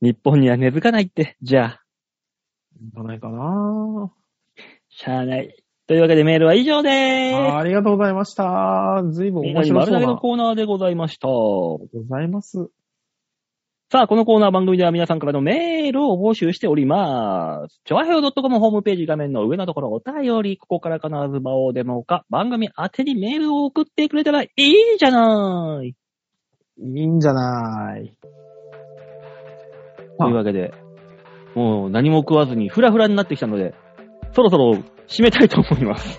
日本には根付かないって。じゃあ、
じゃないかな
しゃあない。というわけでメールは以上でーす。
あありがとうございました。随分
みん
面
なに
白
丸
そう
投げ
な。ありが
の
と
コーナーでございました。
うございます。
さあ、このコーナー番組では皆さんからのメールを募集しております。ちょわへよ .com ホームページ画面の上のところお便り、ここから必ず場をデモか、番組宛てにメールを送ってくれたらいいじゃない。
いいんじゃない。
というわけで、もう何も食わずにフラフラになってきたので、そろそろ締めたいと思います。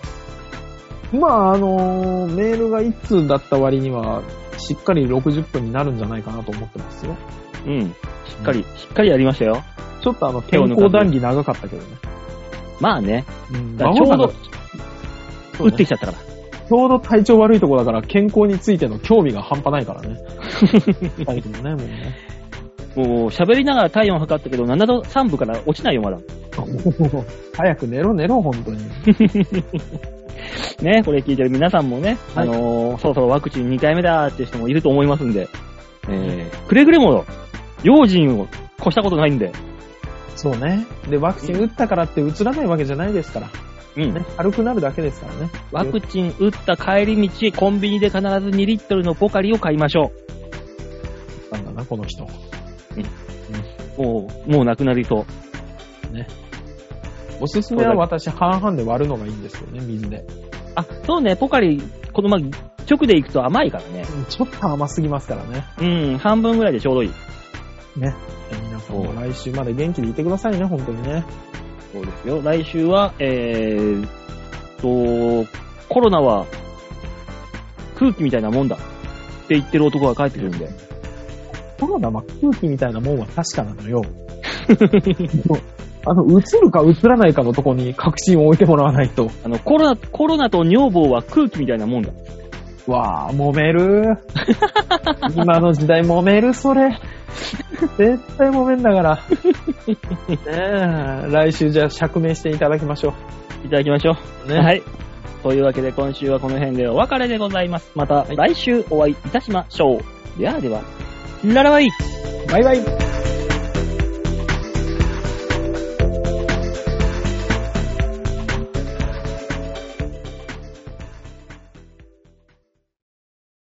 まあ、あのーメールが1通だった割には、しっかり60分になるんじゃないかなと思ってますよ。
うん。しっかり、しっかりやりましたよ。
ちょっとあの、健康談義長かったけどね。
まあね。
うん
だからちょうど、
そう
打
ね
ってきちゃったから。
ちょうど体調悪いとこだから、健康についての興味が半端ないから ね。二人ともね、もうね。
もう、喋りながら体温測ったけど、7度3分から落ちないよ、まだ。
早く寝ろ寝ろ、本当に。
ね、これ聞いてる皆さんもね、
はい
あのーそろそろワクチン2回目だーっていう人もいると思いますんで、えー、くれぐれも、用心を越したことないんで、
そうね。で、ワクチン打ったからって映らないわけじゃないですから。
うん。
ね、軽くなるだけですからね。
ワクチン打った帰り道、コンビニで必ず2リットルのポカリを買いましょ
なんだな、この人。
う。もう、もうなくなりそう。
おすすめは私、半々で割るのがいいんですよね、水で。
あ、そうね、ポカリ、このま、直で行くと甘いからね。
ちょっと甘すぎますからね。
うん、半分ぐらいでちょうどいい。
ね。えー皆さん
そ
も
う
来週まで元気でいてくださいね、本当にね。
そうですよ。来週は、えーっと、コロナは空気みたいなもんだって言ってる男が帰ってくるんで。
コロナは空気みたいなもんは確かなのよ。あの、映るか映らないかのとこに確信を置いてもらわないと。
あの、コロナ、コロナと女房は空気みたいなもんだ。
わあ、揉 める。今の時代揉める、それ。絶対揉めん だから。ねえ、来週じゃあ釈明していただきましょ
いただきましょ
う。
う。
ね、
はい。というわけで今週はこの辺でお別れでございます。また来週お会いいたしましょう。ではでは、ララバイ
バイバイ。